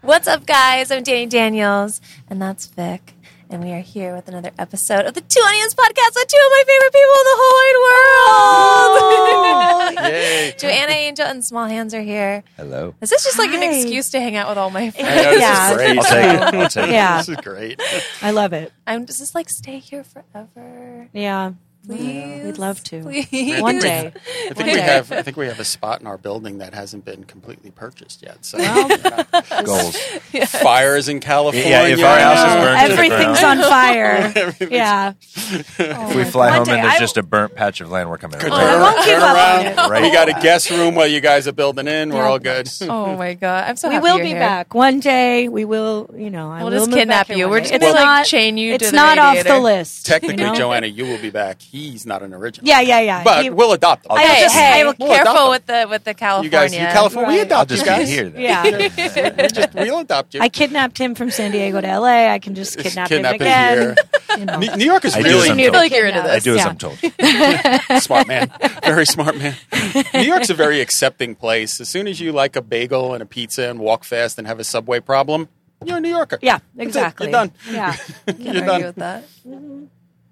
What's up, guys? I'm Danny Daniels, and that's Vic, and we are here with another episode of the Two Onions podcast with two of my favorite people in the whole wide world. Joanna Angel and Small Hands are here. Hello. Is this just like an Hi. excuse to hang out with all my friends? I know, this Yeah. is great. I'll take it. I'll take Yeah. it. This is great. I love it. I'm just, just like stay here forever, Yeah. please. We'd love to. Please. One day. I One think we day. have. I think we have a spot in our building that hasn't been completely purchased yet. So goals. fires in California. Yeah, if our house is burned to the Everything's ground, on fire. yeah. if we fly home One day, and there's I- just a burnt patch of land, we're coming. Turn, right I back. won't Oh, give up on around. it. Right. We got a guest room while you guys are building in. We're all good. Oh my god, I'm so We happy will you're be here. back. One day we will, you know, I We'll will just move kidnap back here you. one We're day. just gonna, It's like, not- chain you It's to the not off the radiator. list. you Technically, know? Joanna, you will be back. He's not an original. Yeah, yeah, yeah. But He- we'll adopt him. I'll Hey, just- hey, I will- We'll adopt careful them. with the with the you guys, you California. California, we Right. I'll adopt you just be guys. here. Then. yeah. We just, we'll adopt you. I kidnapped him from San Diego to LA. I can just Just kidnap, kidnap him him again. here. You know. New, New York is I do really some- I feel like you're into Yeah. I this. do as Yeah. I'm told. smart man, very smart man. New York's a very accepting place. As soon as you like a bagel and a pizza and walk fast and have a subway problem, you're a New Yorker. Yeah, That's it. exactly. You're done. Yeah. Can't You're argue done. with that. Mm-hmm.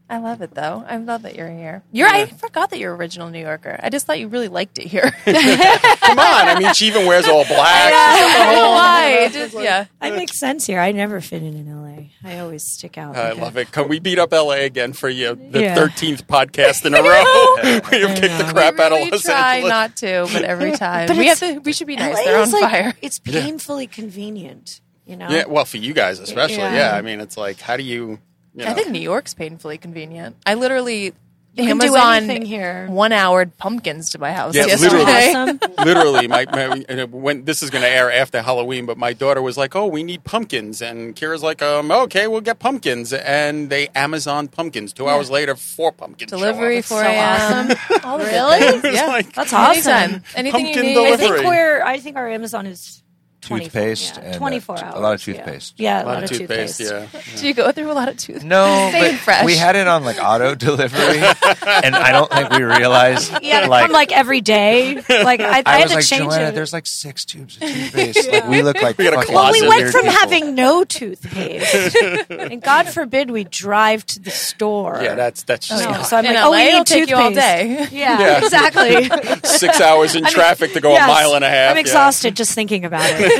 I love it though. I love that you're here. You're. I forgot that you're an original New Yorker. I just thought you really liked it here. I don't know Come on. I mean, she even wears all black. why. It just- yeah. I make sense here. I never fit in in LA. I always stick out. I love it. Can we beat up LA again for you? The Yeah. 13th podcast in a row. we have kicked the know. crap we out of really Los try Angeles. not to, but every time But we have it's- to. We should be nice. LA They're on is like- fire. It's painfully convenient, you know? yeah, well, for you guys especially. Yeah. Yeah. I mean, it's like, how do you. you know, I think New York's painfully convenient. I literally can do Amazon anything here. one-houred pumpkins to my house Yeah, It's literally. yesterday. awesome. literally my, my and it- when this is going to air after halloween but my daughter was like oh we need pumpkins and kira's like um okay we'll get pumpkins and they amazon pumpkins two hours later four pumpkins show Delivery up. 4 a.m. All the It really? was Yeah. like- That's awesome. Anytime. Anything Pumpkin you need. I delivery. think we're. I think our Amazon is 24, Toothpaste and, uh, 24 t- a hours. lot of yeah. toothpaste. a Yeah, lot of toothpaste, yeah Do you go through a lot of tooth? No, Staying but fresh. we had it on like auto delivery, and I don't think we realized. You gotta like, come like every day. Like I, I, I, had was to like, change Joanna, it. there's like six tubes of toothpaste. Like, we look like We got a fucking well, we closet went weird from people. having no toothpaste, and God forbid we drive to the store. yeah that's that's just No, not- so I'm In like, LA, oh, we it'll need take you all toothpaste. day. Yeah, Yeah. exactly. six hours in traffic to go a Yes. mile and a half I'm yeah. exhausted just thinking about it.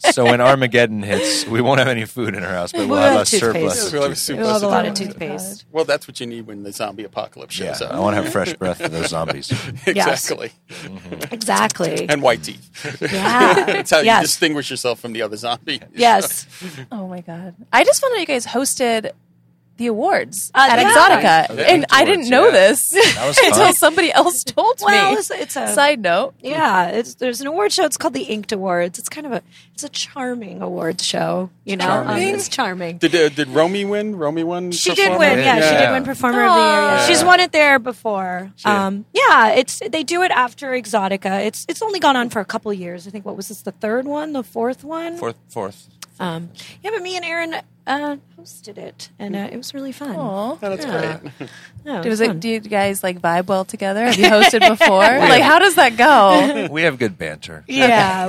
So when Armageddon hits, we won't have any food in our house, but we'll, We'll have have a surplus. toothpaste. of We'll have a surplus toothpaste. We'll have a lot of toothpaste. toothpaste. well that's what you need when the zombie apocalypse Yeah, shows I up want to have fresh breath for those zombies. exactly Exactly. and white teeth Yeah. that's how Yes. you distinguish yourself from the other zombie Yes. Oh my god! I just found out you guys hosted the awards Uh, at yeah. Exotica, the and I didn't awards, know yeah. this That was until fun. somebody else told Well, me. it's, it's a Side note. Yeah, it's, there's an award show. It's called the Inked Awards. It's kind of a it's a charming award show. You know, Um, it's charming. Did uh, did Romy win? Romy won. She did performer? win. Yeah, she did Yeah. win Performer of the Year. yeah. Aw. She's won it there before. Um, yeah, it's they do it after Exotica. It's it's only gone on for a couple years. I think what was this the third one, the fourth one? Fourth, fourth. Um, yeah, but me and Aaron uh, hosted it, and uh, it was really fun. Aw. Oh, that's Yeah. great. Yeah, It was fun. like, do you guys like vibe well together? Have you hosted before? Like, how does that go? We have good banter. Yeah,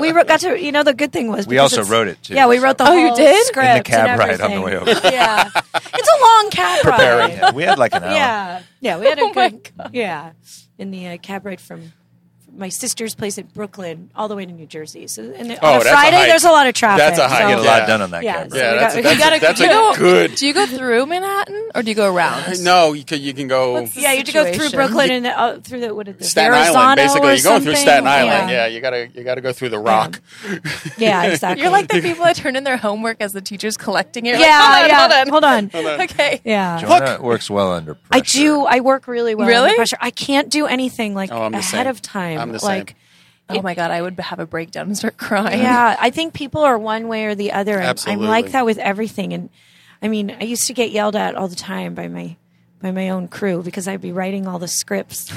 we wrote, got to. You know, the good thing was We because also it's- wrote it, too, Yeah, we wrote the Oh, whole you did? In the script In the cab and ride on the way everything. over. Yeah, it's a long cab ride. Yeah, we had like an hour. Yeah, yeah, we had a Oh my good yeah in the uh, cab ride from. from My sister's place in Brooklyn, all the way to New Jersey. So, and then Oh, on a that's a Friday, hike. there's a lot of traffic. That's a hike. so- Get a lot Yeah. done on that Yeah, cab ride. so we Yeah, got- that's, we that's, gotta- that's you a good. Do you go through Manhattan or do you go around? No, you can, you can go What's the- Yeah, you had to go through Situation. Brooklyn and uh, through the what is this, Staten Verrazano Island. Basically, or you're going through something? Staten Island. Yeah, you gotta you gotta go through the Rock. yeah, exactly. You're like the people that turn in their homework as the teacher's collecting it. You're yeah, like, yeah. hold on, hold Hold on. on. Okay. Yeah, Joanna works well under pressure. I do. I work really well Really? under pressure. I can't do anything like Oh, I'm the ahead same. of time. I'm the same. like Oh my god, I would have a breakdown and start crying. Yeah, I think people are one way or the other. I'm, I'm Absolutely. like that with everything, and I mean, I used to get yelled at all the time by my by my own crew because I'd be writing all the scripts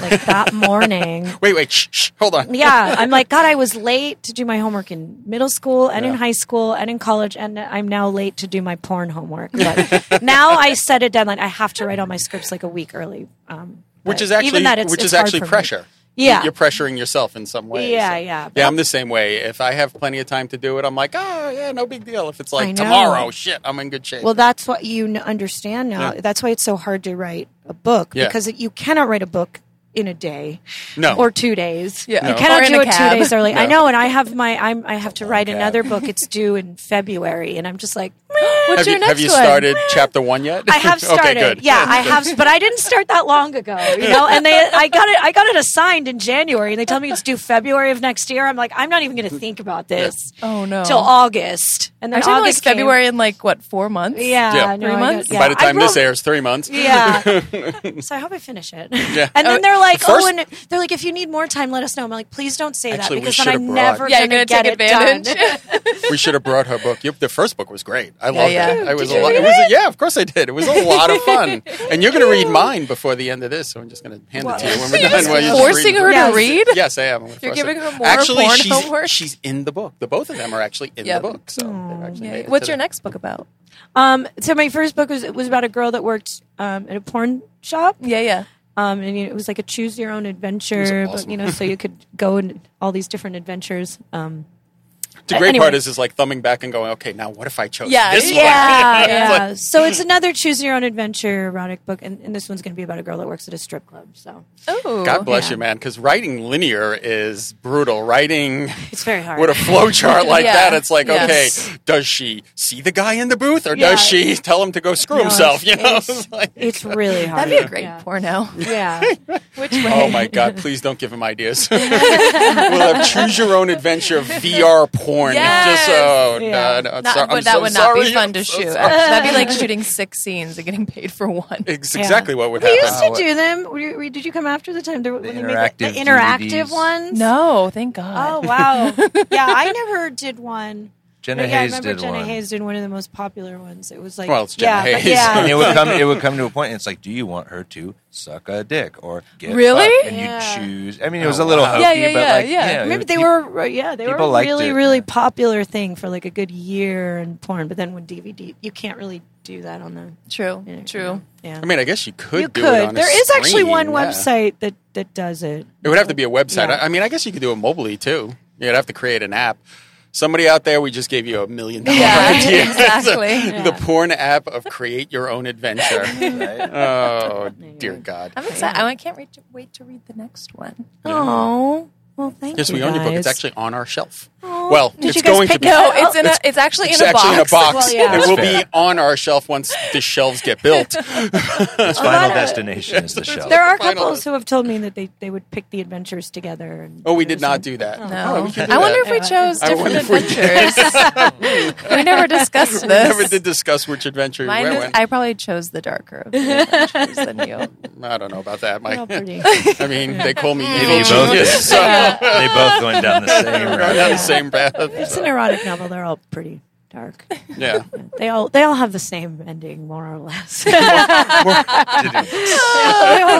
like that morning. Wait, wait, shh, shh, hold on. Yeah, I'm like, God, I was late to do my homework in middle school and in Yeah. high school and in college, and I'm now late to do my porn homework. But now I set a deadline. I have to write all my scripts like a week early. Um, Which but is actually even that, it's, which is it's hard actually for me. pressure. Yeah. You're pressuring yourself in some way. Yeah, so- yeah. Yeah, I'm the same way. If I have plenty of time to do it, I'm like, oh yeah, no big deal. If it's I like know. tomorrow, shit, I'm in good shape. Well, that's what you n- understand now. Yeah. That's why it's so hard to write a book Yeah. because you cannot write a book in a day, No. or two days. Yeah. you No. Or cannot in do a it two cab. days early. I No. know, and I have my I'm, I have to write cab. another book. It's due in February, and I'm just like. What's have your you, next have you one? started chapter one yet? I have started. okay, good. Yeah, I have, but I didn't start that long ago. You know, and they, I got it, I got it assigned in January, and they tell me it's due February of next year. I'm like, I'm not even going Mm. to think about this. Oh, no. till August, and Are then you talking like August came. February in like what four months? Yeah, Yeah. no, Three I months? got- yeah. By the I time this wrote- airs, three months. Yeah. so I hope I finish it. Yeah. Uh, And then Oh, they're like, first- oh, and they're like, if you need more time, let us know. I'm like, please don't say Actually, we that because should then I'm have never brought- Yeah, going you're to gonna get take it done. advantage. we should have brought her book. Yep, the first book was great. I loved yeah. it. I was Did a you lot. read It was a, yeah, of course I did. It was a lot of fun. And you're going to read mine before the end of this, so I'm just going to hand it to you when we're done. while you're just forcing reading. her Yes. to read. Yes, I am. I'm gonna You're force giving it. her more actually, porn she's, homework? She's in the book. The both of them are actually in Yep. Hmm, the book. So they've actually made it What's to your the- next book about? Um, so my first book was was about a girl that worked um, at a porn shop. Yeah, yeah. Um, and you know, it was like a choose your own adventure, It was but you know, so you could go in all these different adventures. Um, The great anyway. part is, is like thumbing back and going, okay, now what if I chose Yeah, this yeah, one? It's like, yeah. so it's another choose your own adventure erotic book, and, and this one's going to be about a girl that works at a strip club. So Oh, God bless you, man. Because writing linear is brutal. Writing it's very hard. with a flow chart like Yeah. that, it's like, Yes. okay, does she see the guy in the booth or Yeah. does she tell him to go screw No, himself? You know, it's, It's like, it's really hard. That'd be a great yeah. porno. Yeah. Which way? oh my God, please don't give him ideas. we'll have choose your own adventure VR porn. Yes. Just, oh, Yeah. no, no, Not- sorry, but I'm that so would not sorry, be fun I'm to so shoot. sorry. That'd be like shooting six scenes and getting paid for one. It's Yeah. exactly what would We happen. used to Wow. do them. Were you- were- Did you come after the time? The, when they made the, interactive the interactive DVDs. ones? No, thank God. Oh, wow. yeah, I never did one. Jenna But yeah, I Hayes remember did Jenna one. Hayes did one of the most popular ones. It was like, Well, it's yeah, Jenna but Hayes. And it yeah. would come. It would come to a point. And it's like, do you want her to suck a dick or get Really? fucked? And Yeah. Oh, you choose. I mean, it was a little wow. hokey, Yeah, yeah, but yeah, like, yeah. yeah. it Remember would they keep- were uh, yeah they were people a liked really it. really popular thing for like a good year in porn. But then when DVD, you can't really do that on the True, yeah, true. Yeah, I mean, I guess you could you do could. it on a There is actually screen, one yeah. website that that does it. It would have to be a website. Yeah. I I mean, I guess you could do it mobily too. You'd have to create an app. Somebody out there, we just gave you a million dollar Yeah, idea. exactly. the porn app of create your own adventure. Right? oh dear God! I'm excited. Oh, I can't wait to, wait to read the next one. Oh well, thank Yes, you. we own your book. It's guys. actually on our shelf. Well, Did it's you guys going to pick be. it up? No, it's in a. It's actually It's in a box. actually in a box. Well, yeah. It will That's be on our shelf once the shelves get built. Its final destination is the show. There are Final couples list. who have told me that they, they would pick the adventures together. And Oh, we did not do that. Oh, No. we can do I wonder that. if we chose I different wonder if we did. adventures. we never discussed we this. never did discuss which adventure we Mine is, went. I probably chose the darker of the adventures than you. I don't know about that, Mike. How pretty. I mean, they call me Maybe you evil both did. genius. So they both going down the same we're going down the road. same path. it's an erotic novel. They're all pretty dark. Yeah. They all they all have the same ending, more or less. they all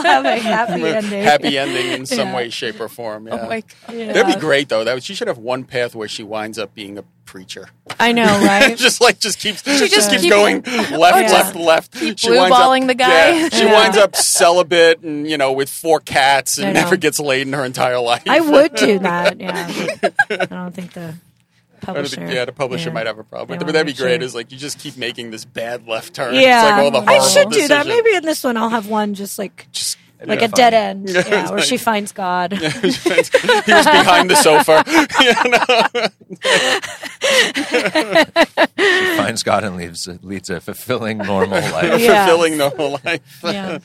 have a happy ending. Happy ending in some way, shape, or form. Yeah. Oh my god! Yeah. That'd be great though. That would, she should have one path where she winds up being a preacher. I know, right? just like just keeps she just just keeps keep- going left, left, left. She winds up- blue-balling the guy. Yeah, she Yeah. winds up celibate and you know with four cats and I know. never gets laid in her entire life. I would do that. Yeah, but I don't think the I don't publisher. think, yeah, the publisher yeah. might have a problem. They But wanna that'd be make sure. great. Is like you just keep making this bad left turn. Yeah, it's like all the horrible I should do that. decisions. Maybe in this one, I'll have one just like Just- like Yeah. a dead end, Yeah, yeah, it's where she finds God. he was behind the sofa. You know? She finds in Scotland leads leads a fulfilling normal life. Yeah. fulfilling the whole life. Yeah.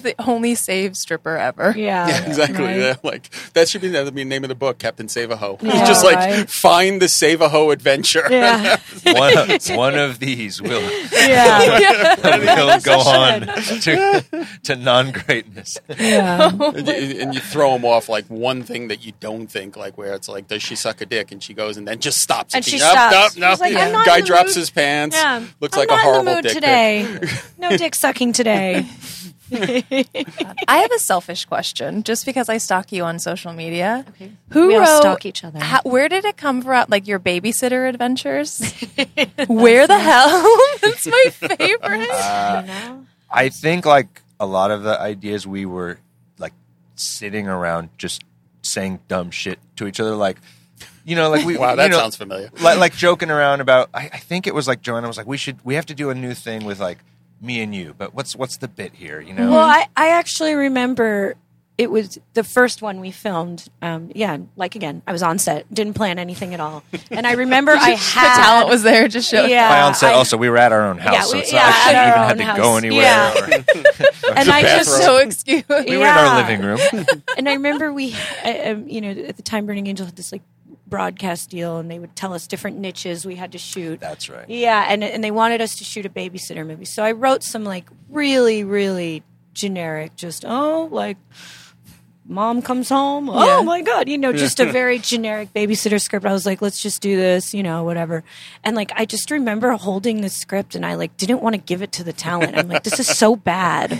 the only saved stripper ever. Yeah. Yeah, exactly. Right. Yeah, like that should be that would be the name of the book, Captain Save a Ho. Yeah, just like right. find the Save a Ho adventure. Yeah. one, of, one of these will, Yeah. will go on to, to non greatness. yeah. and, you, and you throw them off like one thing that you don't think, like where it's like, does she suck a dick? And she goes and then just stops. And It's she like, "Nope, stops. nope, She's like, nope." "I'm not Guy in the drops mood." his pants. Yeah. Looks I'm like not a horrible in the mood dick pic. today. No dick sucking today. I have a selfish question, just because I stalk you on social media. Okay. Who We all wrote, stalk each other. How, where did it come from? Like your babysitter adventures? where the hell? That's my favorite. I think like a lot of the ideas we were like sitting around just saying dumb shit to each other, like you know, like we Wow, you that know, sounds familiar. Like, like joking around about. I, I think it was like Joanna was like, we should we have to do a new thing with like me and you, but what's what's the bit here? You know, Well, I, I actually remember it was the first one we filmed. Um, yeah, like again, I was on set, didn't plan anything at all, and I remember I had the talent was there to show. yeah, my onset uh, I- also we were at our own house, Yeah, so we- it's yeah, not like she at our even own had to go house. anywhere. Yeah. or- and I just So excuse. we were in our living room. and I remember we, I, um, you know, at the time Burning Angel had this like broadcast deal, and they would tell us different niches we had to shoot. That's right. Yeah, and and they wanted us to shoot a babysitter movie. So I wrote some like really really generic, just oh like mom comes home. Oh my god, you know, just a very generic babysitter script. I was like, let's just do this, you know, whatever. And like I just remember holding the script and I like didn't want to give it to the talent. I'm like, this is so bad.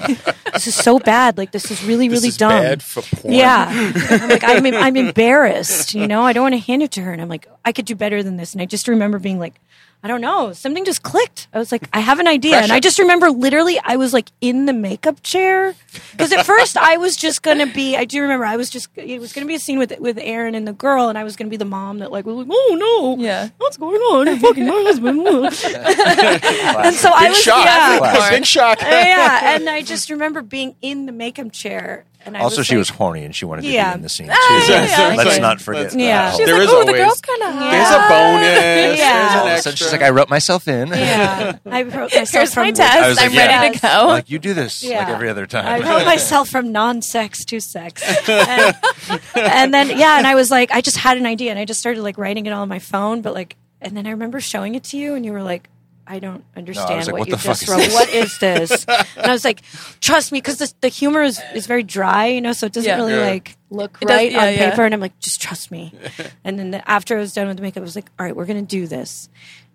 this is so bad. Like this is really This really is dumb. bad for porn. Yeah. I'm like, I'm, I'm embarrassed, you know? I don't want to hand it to her. And I'm like, I could do better than this. And I just remember being like, I don't know. Something just clicked. I was like, I have an idea. And I just remember literally, I was like in the makeup chair. Because at first, I was just going to be, I do remember, I was just, it was going to be a scene with with Aaron and the girl. And I was going to be the mom that, like, was like, oh no. Yeah. What's going on? It's fucking my husband. and so I Big was, shock. yeah. Big shock. yeah. And I just remember being in the makeup chair. And I Also, was she like- was horny and she wanted to Yeah. be in the scene too. yeah, Let's yeah. not forget. that. Yeah. She whole There is oh, the always- girl's kind of hot. There's a bonus. Yeah. There's All an of a extra. sudden, she's like, I wrote myself in. Yeah, I wrote myself Here's from my test. I was like, I'm ready to yeah. go. Like you do this like Yeah. every other I time. wrote myself from non-sex to sex, and, and then yeah, and I was like, I just had an idea, and I just started like writing it all on my phone, but like, and then I remember showing it to you, and you were like. I don't understand like, what, what you the fuck just is wrote. this? What is this? And I was like, trust me, because the humor is, is very dry, you know, so it doesn't Yeah. really Yeah. like look does- right yeah, on yeah. paper. And I'm like, just trust me. And then after I was done with the makeup, I was like, all right, we're gonna do this.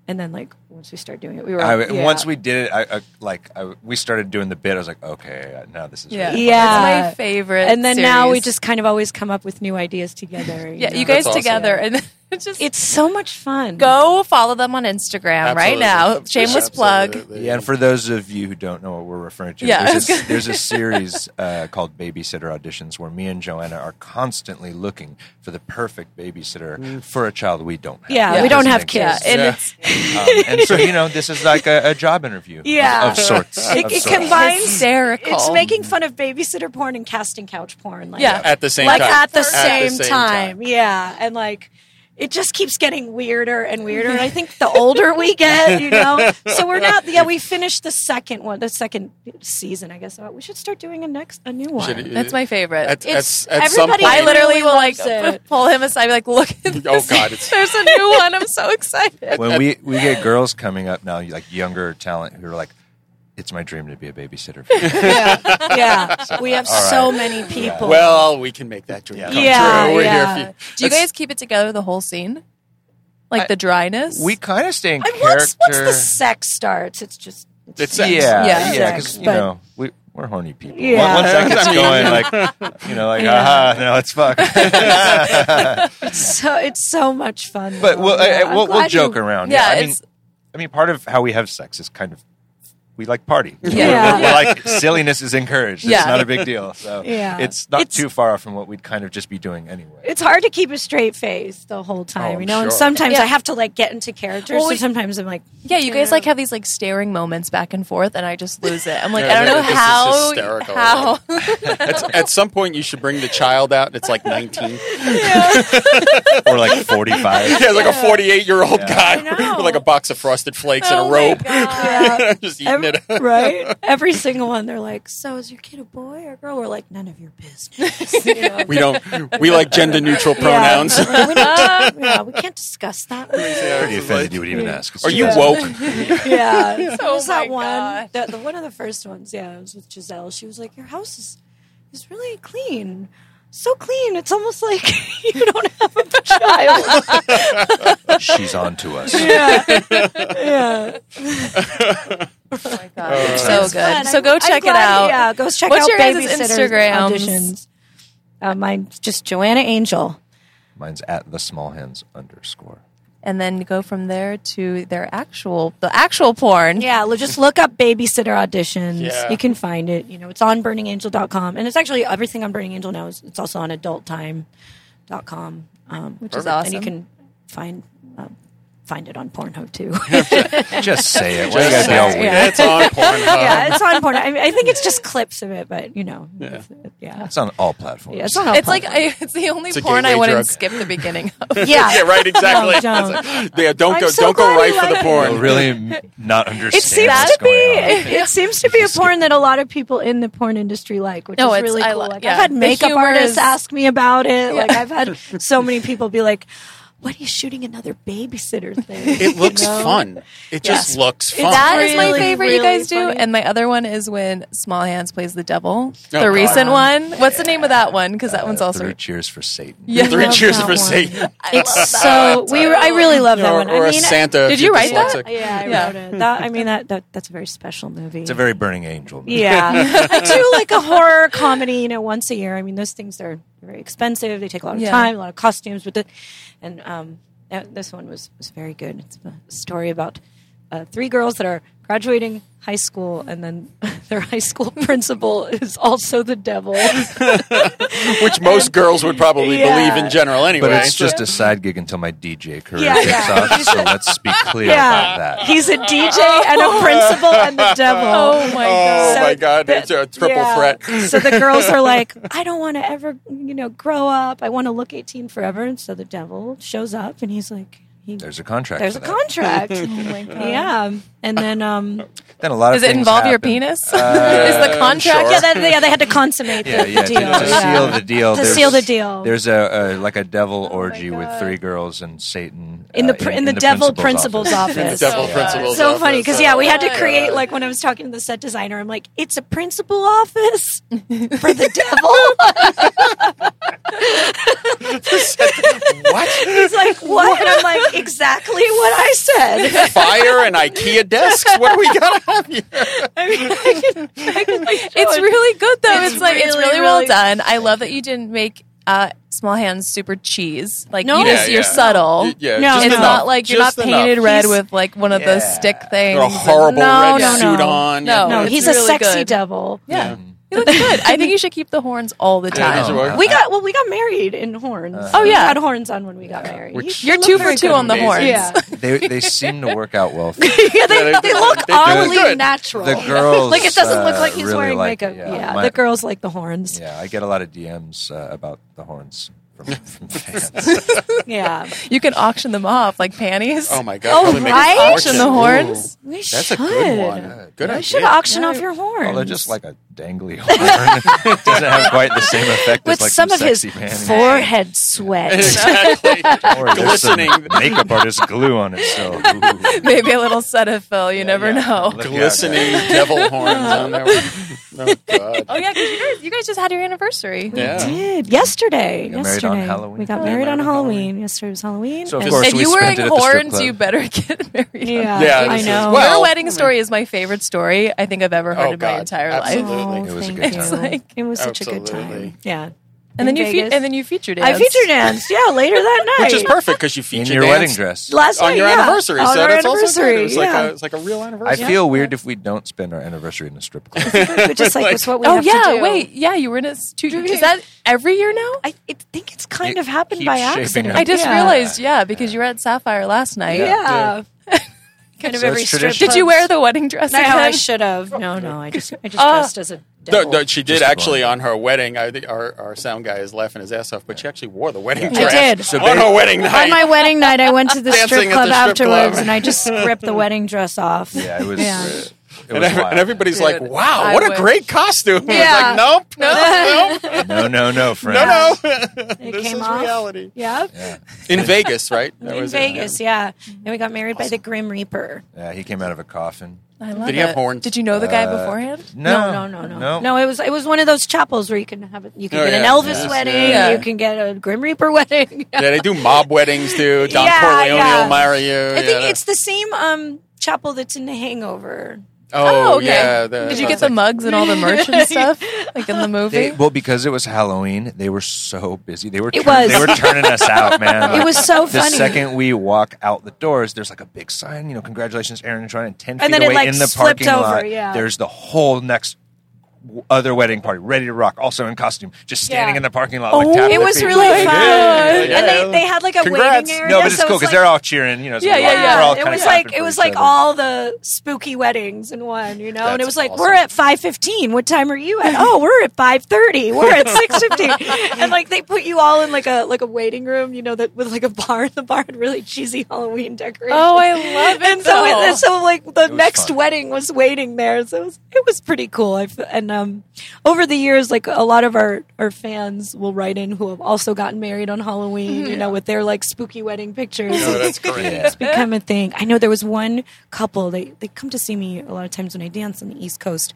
And then like once we start doing it, we were I- yeah. Once we did it, I, I like I, we started doing the bit. I was like, okay, now this is Yeah. really Yeah. It's my favorite. And then now we series. just kind of always come up with new ideas together. Yeah, you know? guys That's awesome. together. And then it's just It's so much fun. go follow them on Instagram right now. Absolutely. Shameless plug. Absolutely. Yeah, and for those of you who don't know what we're referring to, Yeah. there's, a, there's a series uh, called Babysitter Auditions where me and Joanna are constantly looking for the perfect babysitter for a child we don't have. Mm. Yeah, It we don't doesn't have exist. Yeah, kids. and Yeah. it's Um, and so, you know, this is like a, a job interview of- Yeah. of, sorts. It- of it sorts. combines- Mine's- hysterical. It's making fun of babysitter porn and casting couch porn. Like, Yeah. At the same Like time. at the At same, same time. Yeah. And like, it just keeps getting weirder and weirder. And I think the older we get, you know, so we're not, yeah, we finished the second one, the second season, I guess. We should start doing a next, a new one. Should- e- that's my favorite. At, at, It's- at some everybody- point, I literally really will like loves it. pull him aside, be like, look at this. Oh, God, it's- There's a new one. I'm so excited. when we, we get girls coming up now, like younger talent who are like, it's my dream to be a babysitter. For you." yeah. yeah. We have All so right. many people. well, we can make that dream Yeah. come Yeah, true. We're yeah. here for you. Do you guys keep it together the whole scene? Like the dryness? we kind of stay in And character. once, once the sex starts, it's just. It's sex. Yeah, Yeah. yeah, Sex, because you but- know we we're horny people. One- Yeah. Once that gets going, like you know, like aha, now it's fuck. so it's so much fun. but though. we'll, I- I- Yeah, I'm we'll, we'll glad joke you- around. Yeah, I mean, it's- I mean, part of how we have sex is kind of we like party. Yeah. We're like silliness is encouraged. Yeah. It's not a big deal. So Yeah. it's not It's- too far off from what we'd kind of just be doing anyway. It's hard to keep a straight face the whole time, Oh, you know. And sure. sometimes Yeah. I have to like get into character. Well, so we- sometimes I'm like, Yeah, you guys like have these like staring moments back and forth, and I just lose it. I'm like, Yeah, I don't know this is how. hysterical. How? At, at some point, you should bring the child out, and it's like 19. Or like 45. Yeah, it's like a 48 year old Yeah. guy I know. with like a box of frosted flakes Oh and a my rope. God. Just eating every, it. up. right? Every single one, they're like, "So is your kid a boy or a girl?" We're like, "None of your business." You know? We don't. We like gender neutral pronouns. Yeah. we, don't, yeah, we can't discuss that. Pretty offended you would even ask. It's Are you too bad. woke? Yeah, so Oh was that my one? God. The, the one of the first ones. Yeah, it was with Giselle. She was like, "Your house is is really clean." So clean, it's almost like you don't have a child. She's on to us. yeah, yeah. Oh, so good. Fun. So I'm- go I'm check it glad- out. Yeah, go check What's out your guys' Babysitter's Instagrams? auditions. Uh, mine's just Joanna Angel. Mine's at the small hands underscore. And then go from there to their actual, the actual porn. Yeah, lo- just look up babysitter auditions. Yeah. You can find it. You know, it's on burningangel.com. And it's actually everything on Burning Angel now. is- It's also on adulttime.com. Um, Which is awesome. And you can find uh, find it on Pornhub too. Just say it. Why you gotta be all say it. weird? Yeah. It's on Pornhub. yeah, it's on Pornhub. I, mean, I think it's just clips of it, but you know. Yeah. Yeah. It's on all platforms. it's on all It's like platforms. I, it's the only It's a porn I gateway wouldn't drug. skip the beginning of. yeah. Yeah, right. Exactly. don't. It's like, yeah, don't I'm go. so don't go glad right you for the like it. porn. You'll Oh, really m- not understand. It seems what's to be going on. it, it seems to be a porn that a lot of people in the porn industry like, which No, is it's- really I cool. lo- Like, yeah. I've had The makeup humor artists is- ask me about it. Like I've had so many people be like, "What are you shooting another babysitter thing?" It looks You know? fun. It just looks fun. That is my really, favorite you really guys do. funny. And my other one is when Small Hands plays the devil. Oh, the God. recent one. What's the name of that one? Because that one's Uh, also. Three cheers for Satan. Yeah. Three love cheers that for one. Satan. It's so we. Were, I really love that Or, one. or I a mean, Santa. Did if you you're wrote that? dyslexic. Yeah, I Yeah. wrote it. That, I mean, that, that that's a very special movie. It's a very burning angel. movie. Yeah. I do like a horror comedy, you know, once a year. I mean, those things are very expensive. They take a lot of Yeah. time, a lot of costumes. But the, and um, that, this one was, was very good. It's a story about uh, three girls that are graduating high school, and then their high school principal is also the devil. Which most girls would probably Yeah. believe in general anyway. But it's just a side gig until my DJ career Yeah, takes yeah. off. So let's be clear about that. He's a DJ and a principal and the devil. Oh my Oh god. my God! It's a triple Yeah. threat. So the girls are like, I don't want to ever, you know, grow up. I want to look 18 forever. And so the devil shows up and he's like, he, There's a contract. there's for a that. contract. Yeah. And then, um, Then a lot Does of it things involve your happen. penis? Uh, is the contract? yeah, that, yeah, they had to consummate yeah, the, yeah. the To, deal. to yeah. seal the deal. To there's- seal the deal. Oh There's a, a like a devil orgy with three girls and Satan in uh, the, pr- in, the, devil principal's, The office. devil So principles. so of funny this, because uh, yeah, we had to create like when I was talking to the set designer, I'm like, it's a principal office for the devil. what? He's like, what? And I'm like, exactly what I said. Fire and IKEA desks. What do we got to have here? I mean, I can, I can like, It's really good though. It's It's, like it's really, really well really- done. I love that you didn't make uh, small hands super cheese. Like No. you just Yeah, you're yeah. subtle. Y- yeah, No, just It's no. not like you're Just not enough. painted red He's- with like one of those Yeah. stick things. Or a horrible no, red no, suit no. on. No. no, it's he's a really sexy good. devil. Yeah. You look good. I think you should keep the horns all the Yeah, those time. are- We got well. We got married in horns. Uh-huh. Oh, we yeah. had horns on when we got married. Which- You're two for two on the Amazing. horns. yeah. They they seem to work out well. For yeah, they, Yeah, they, they- look they do. oddly Good. natural. the girls like it doesn't look uh, like he's really wearing like makeup. it. Yeah, My- the girls like the horns. Yeah, I get a lot of DMs uh, about the horns from, from fans. Yeah, You can auction them off like panties. Oh my god! probably make a right? fortune. Auction the horns. Ooh, we That's a should. good one. Good We should idea. auction off your horns. Although Oh, just like a dangly horn it doesn't have quite the same effect with as like some of his sexy panties. forehead sweat. exactly. Or there's some glistening- makeup artist glue on it. So ooh. Maybe a little Cetaphil. You never Yeah, know. look out, Glistening guys. devil horns on there. Oh god! Oh yeah, because you guys, you guys just had your anniversary. Yeah. Did yesterday? We got married yesterday on Halloween. we got Yeah, married married on on Halloween. Yesterday was Halloween. So, of and- course- If we you were spent in it at the strip horns, club. you better get married. yeah, Yeah, I this is- know. well- Your wedding story is my favorite story I think I've ever heard Oh, in my God. entire Absolutely. life. It was a thank good you. time. It's like- it was such a good Absolutely. time. Yeah. And then you fe- Vegas. and then you featured it. I feature danced. Yeah, later that night. Which is perfect because you in feature your dance wedding dress. Last on night, your yeah. anniversary. On so our that's also good. anniversary, It was like yeah. a, it's like a real I anniversary. feel weird if we don't spend our anniversary in a strip club. We're just like, it's what we Oh have to yeah, do. wait, yeah, you were in a studio. Is that every year now? I I think it's kind It of happened keeps by shaping accident. up. I just Yeah. realized, yeah, because you were at Sapphire last night. Yeah. kind of So every it's strip. tradition. Did you wear the wedding dress No, again? I should have. No, no. I just, I just dressed as a No, devil. no, she did Just a actually blonde. on her wedding. I, think our, our sound guy is laughing his ass off, but she actually wore the wedding I dress. did. So on her wedding night. On my wedding night, I went to the Dancing strip at club the strip afterwards, club. and I just ripped the wedding dress off. yeah, it was. Yeah. It was and, every- wild. and everybody's Dude, like, "Wow, I what a wish. great costume!" Yeah. Yeah. like, nope, nope, nope, no, no, no, friend. no, no. It this came is off. reality. Yeah, In Vegas, right? That in was it. Vegas. Yeah, and we got married by the Grim Reaper. Yeah, he came out of a coffin. I love Did he have it. horns? Did you know the guy beforehand? No, no, no, no, no. no. No, it was it was one of those chapels where you can have it. You can Oh, get an yeah. Elvis Yes, wedding. yeah. You can get a Grim Reaper wedding. Yeah, they do mob weddings too. Don Yeah, Corleone yeah. will marry you. I think yeah. it's the same um, chapel that's in The Hangover. oh, Oh, okay. yeah. the- Did you get the mugs and all the merch and stuff like in the movie? They, well, because it was Halloween, they were so busy. They were It turn- was. they were turning us out, man. It was so the funny. second we walk out the doors, there's like a big sign, you know, congratulations, Aaron and Sean, and ten feet then it, away like, in the flipped parking over, lot. yeah. There's the whole next w- other wedding party, ready to rock, also in costume, just standing Yeah. Oh, in the parking lot. like, tapping it their was feet. really fun, Yeah. and they, they had like a Congrats. waiting area. No, but it's so cool because because they're all cheering. You know, so Yeah, we're yeah, all- yeah. we're all it kinda was clapping like for it was each like other. all the spooky weddings in one, you know. and it That's was like awesome. we're at five fifteen. What time are you at? oh, we're at five thirty. We're at six fifteen. and like they put you all in like a like a waiting room, you know, that with like a bar. The bar had really cheesy Halloween decorations. oh, I love it. and so it, though. and so like the was next fun. wedding was waiting there so it was, it was pretty cool I f and um over the years like a lot of our our fans will write in who have also gotten married on halloween you know with their like spooky wedding pictures Oh, that's great. Mm-hmm. Yeah. it's become a thing i know there was one couple they they come to see me a lot of times when i dance on the east coast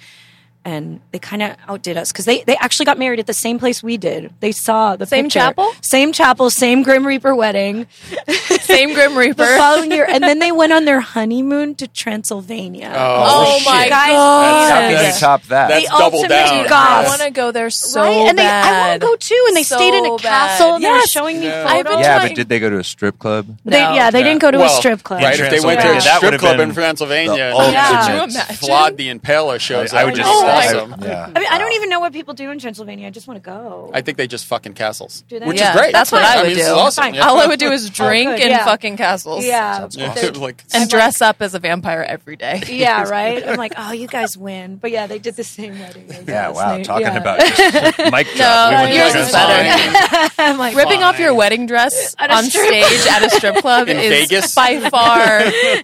and they kind of outdid us because they, they actually got married at the same place we did. They saw the Same picture. chapel? same chapel, same Grim Reaper wedding Same Grim Reaper. the following year, and then they went on their honeymoon to Transylvania. Oh, Oh, my shit. god! That's- How can you top that? That's The double ultimate down. I goth. want to go there so Oh, right? And they, I bad. want to go too. And they So stayed in a bad. castle. And They were Yes. showing me No. photos. I've been yeah, trying- but did they go to a strip club? They, No. yeah, they didn't go to Well, a strip club. Right, if they went to Yeah. a That strip would've club been in Pennsylvania, the ultimate. Yeah. Could you Flawed the Impaler shows. I up. would just. Oh my I- awesome. yeah. I mean, I don't even know what people do in Transylvania. I just want to go. I think they just fucking castles, Do they? which Yeah, is great. that's what I would mean, This is do. awesome. Fine. yeah. All I would do is drink good, in yeah. fucking castles. yeah. Sounds Yeah, They're- like, And dress up as a vampire every day. Yeah, right. I'm like, oh, you guys win, but yeah, they did the same wedding. as Yeah, us. wow. They- Talking yeah. about just mic drop. No, went to yours is Transylvania. better. I'm like, Ripping off your Fine. wedding dress a on strip stage at a strip club In is Vegas? by far.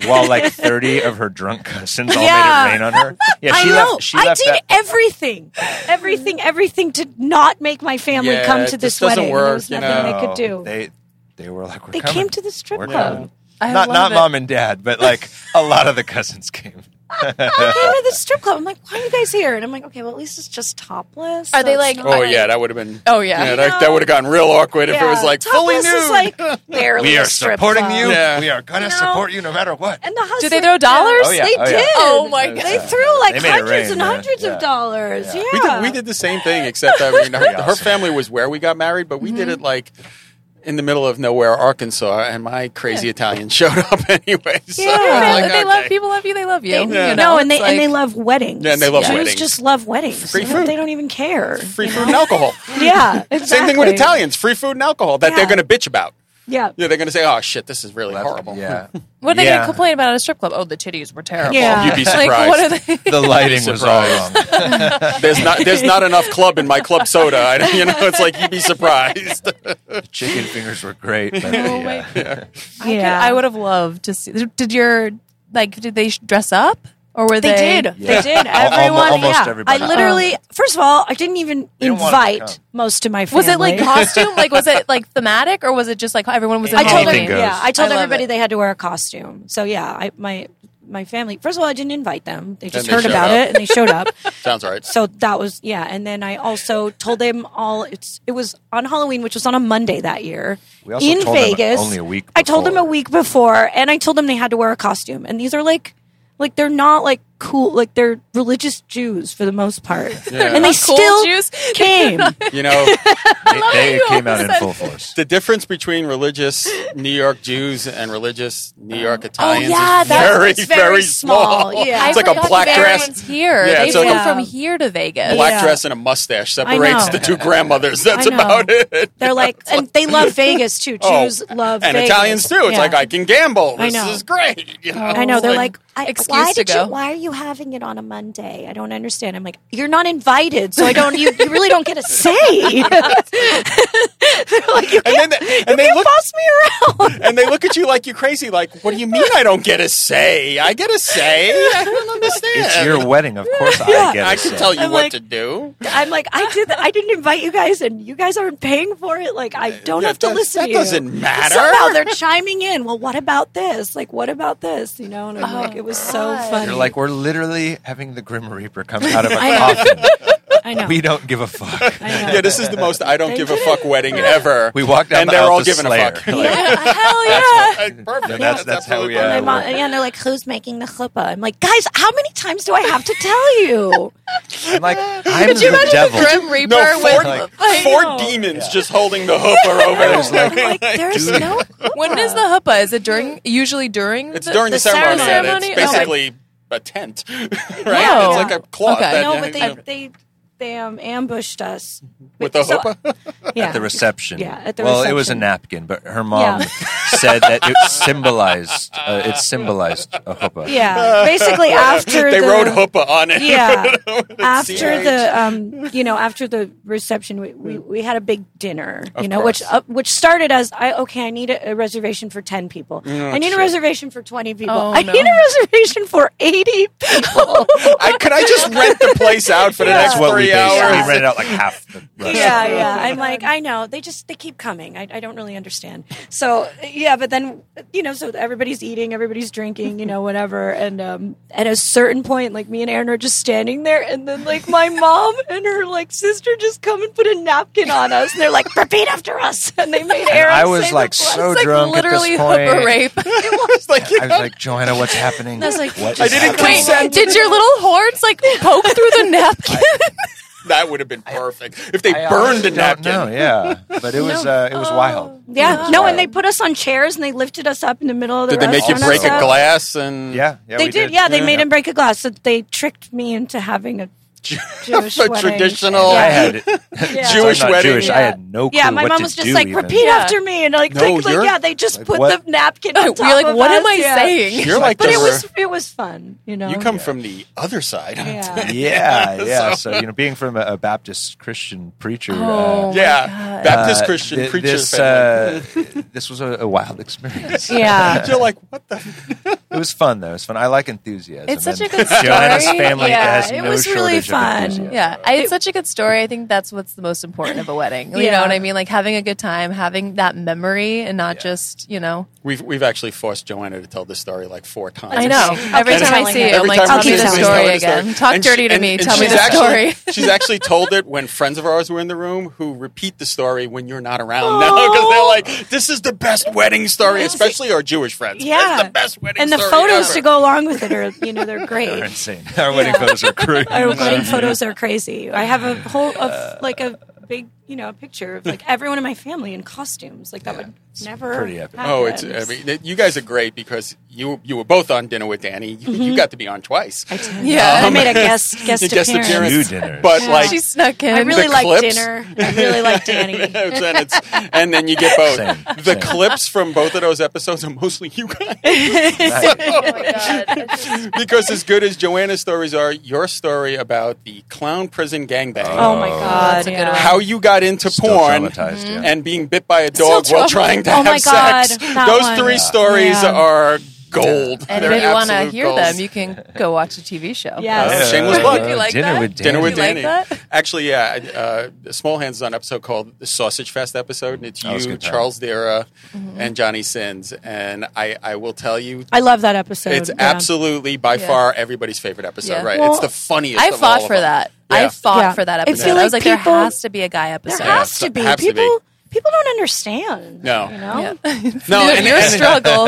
while like 30 of her drunk cousins all Yeah. made it rain on her. Yeah, I she know. left. She I left did that. everything, everything, everything to not make my family Yeah, come it to just this doesn't wedding. there work, was you nothing they No, could do. Oh, They they were like we're They coming. came to the strip We're coming. club. I Not love not it. mom and dad, but like a lot of the cousins came. I came to the strip club. I'm like, why are you guys here? And I'm like, okay, well, at least it's just topless. Are so they it's like- not Oh yeah, that would have been. Oh, yeah. that, that would have gotten real awkward if it was Yeah, like fully topless nude. is like barely. We a are strip supporting club. you. Yeah. We are gonna You know? support you no matter what. And the Did they husband- throw dollars? Oh, yeah. They did. Oh, my God. They threw like They made it hundreds rain, and man. hundreds Yeah. of dollars. Yeah. We did, we did the same thing, except I mean, her, her awesome. family was where we got married, but we Mm-hmm. did it like in the middle of nowhere, Arkansas, and my crazy Italian showed up anyway. So Yeah. it was like, They, they love okay. people. Love you. They love you. Yeah. you know? No, and they It's and they like- love weddings. Yeah, and they love Jews weddings. just love weddings. Free They don't- food. They don't even care. free food and alcohol. Yeah, exactly. Same thing with Italians, free food and alcohol that Yeah. they're going to bitch about. Yeah, Yeah, they're going to say, "Oh shit, this is really That's- horrible." Yeah. What are they going Yeah. to complain about at a strip club? Oh, the titties were terrible. Yeah. You'd be Like, what are surprised. they? The lighting was all wrong. there's not there's not enough club in my club soda. I, don't- you know, it's like you'd be surprised. The chicken fingers were great. But uh, Oh, yeah. my God. I, could, Yeah. I would have loved to see. Did your like? Did they sh- dress up or were they? They did. Yeah. They did. Al- almo- Everyone. almost yeah. everybody. I literally, Um, first of all, I didn't even didn't want them to invite come. most of my family. Was it like costume? Like was it like thematic or was it just like everyone was in I told Anything Halloween? them, goes. yeah, I told I love everybody it. they had to wear a costume. So yeah, I my my family. First of all, I didn't invite them. They just they heard showed about up. it and they showed up. Sounds right. So that was yeah, and then I also told them all. It's it was on Halloween, which was on a Monday that year We also in told them Vegas. only a week I told them a before. week before, and I told them they had to wear a costume. And these are like, like they're not like cool. Like they're religious Jews for the most part, Yeah. and they Not cool still Jews. came. You know, They, they came out in full force. the difference between religious New York Jews and religious New York Oh Italians yeah, is that's very, it's very small. Yeah, It's like a forgot black that dress. everyone's Here, Yeah, they it's like flew a- from here to Vegas. Black Yeah. dress and a mustache I separates know. the two grandmothers. That's I know. about it. They're like, and they love Vegas too. Oh, Jews love and Vegas. Italians too. It's Yeah. like I can gamble. I This know. Oh, is great. You know, I know. it's They're like, I, excuse why to did go. you? Why are you having it on a Monday? I don't understand. I'm like, you're not invited, so I don't. You, you really don't get a say. They're like, you and then can't, they, and they you look boss me around. and they look at you like you're crazy. Like, what do you mean? I don't get a say. I get a say. I don't understand. It's your wedding, of course. I get it. I can so. tell you I'm what like- to do. I'm like, I did. I didn't invite you guys, and you guys aren't paying for it. Like, I don't Yeah, have to that- listen. that to you. doesn't matter. Somehow they're chiming in. Well, what about this? Like, what about this? You know? And I'm like, it was so funny. You're like, we're literally having the Grim Reaper come out of a coffin. I know. We don't give a fuck. I know. Yeah, this is the most I don't They give a did. fuck wedding ever. We walked down and the they're aisle all to giving Slayer. a fuck. Like, hell yeah. Perfect. that's- that's how absolutely we uh, are. And perfect. I'm all- yeah, and they're like, who's making the chuppah? I'm like, guys, how many times do I have to tell you? I'm like, I'm the devil. Grim Reaper No, four, with like- four demons just holding the hooper over I was there. like, Like, there's Dude. no. When is the huppah? Is it during? Usually during? It's during the, the ceremony. ceremony? It's Oh Okay. basically a tent, right? Yeah. It's like a cloth Okay. that, No, but you they know, they they um, ambushed us with the so- hooper. yeah. At the reception. Yeah, at the well, it was a reception. napkin, but her mom Yeah. said that it symbolized uh, it symbolized a hoopah. Yeah, basically after they the, wrote hooper on it. Yeah, CRH. after the um, you know, after the reception, we, we, we had a big dinner. You Of know, which course. uh, which started as I okay, I need a, a reservation for ten Oh, people. I need a reservation for twenty people. Oh, I no. need a reservation for eighty people. I, could I just rent the place out for the That's next what we three based. hours? We rented out like half the restaurant. yeah, yeah. I'm like, I know. They just they keep coming. I, I don't really understand. So yeah, but then you know, so everybody's eating, everybody's drinking, you know, whatever. And um, at a certain point, like me and Aaron are just standing there, and then like my mom and her like sister just come and put a napkin on us, and they're like, repeat after us, and they made And Aaron. I was say like the blessing. so it's like drunk at literally this point. huppah rape. It's like, you I was know, like, Joanna, what's happening? I was like, what I is didn't happening? Wait, Wait, did your little horns like poke through the napkin? that would have been perfect if they I burned honestly the napkin. Don't know, yeah, but it was uh, it was wild. Oh, Yeah, no, and they put us on chairs and they lifted us up in the middle of the. Did they make you restaurant break and a stuff. glass? And Yeah, yeah, They we did, yeah. They made Yeah. him break a glass. So they tricked me into having a Jewish a wedding. traditional I had it. Yeah. Jewish I'm not wedding. Jewish. I had no clue Yeah, my what mom to was just do like, even. repeat Yeah. after me, and like, No, click, like, you're- yeah, they just Like, put what? the napkin. You're on top like, of what am us, I yeah. saying? You're like, But the it re- was it was fun, you know. you come from the other side. Yeah. Yeah, yeah. so you know, being from a, a Baptist Christian preacher, Oh Oh. uh, Yeah, Baptist uh, Christian thi- preacher this, family. uh, this was a, a wild experience. uh, yeah. You're like, what the? It was fun though. It was fun. I like enthusiasm. It's such and a good Joanna's story. family Yeah, has it no was really shortage fun. of enthusiasm. Yeah, I, it's such a good story. I think that's what's the most important of a wedding. You know Yeah. what I mean? Like having a good time, having that memory, and not just you know. We've we've actually forced Joanna to tell this story like four times. I know. Every And time I telling see it. it, I'm Every like, time tell we me do the this, we story tell the again. Talk And she- dirty to and- me. and Tell me she's the actually- story. She's actually told it when friends of ours were in the room who repeat the story when you're not around now because they're like, "This is the best wedding story," especially our Jewish friends. Yeah. it's the best wedding. And the story photos ever. to go along with it are, you know, they're They're great. insane. Our wedding photos are crazy. Our wedding photos are crazy. I have a whole Uh, of like a big, you know, a picture of like everyone in my family in costumes. Like that would never. pretty epic. Oh, it's happen. I mean, you guys are great because you you were both on dinner with Danny. You, you got to be on twice. I did. Yeah, Mm-hmm. I made a guest guest, Oh, guest appearance. appearance. New dinners. But like, she snuck in. I really like clips. dinner. I really like Danny. and, it's, and then you get both. Same, the same. clips from both of those episodes are mostly you guys. because as good as Joanna's stories are, your story about the clown prison gangbang, Oh my god, that's a good yeah. one. how you got into Still porn, traumatized, yeah. and being bit by a dog Still while traumatized. trying to Oh have my God, sex. that Those one. three stories Yeah. are gold. And They're if you want to absolute hear gold. them, you can go watch a TV show. Yes. Oh, Yeah. Shameless Uh, plug. You like dinner that? with Danny. Dinner with You like Danny. that? Actually, yeah. I- Uh, Small Hands is on an episode called the Sausage Fest episode, and it's That was you, good time. Charles Dara, Mm-hmm. and Johnny Sins. And I, I will tell you, I love that episode. it's Yeah. absolutely by Yeah. far everybody's favorite episode. Yeah. Right? Well, it's the funniest. I of fought all of for them. that. Yeah. I fought Yeah. for that It's episode. I like was like, there people- has to be a guy There episode. Yeah, has so- to be has to be. people. people don't understand. No. you know, No, Your- and- your and- struggle.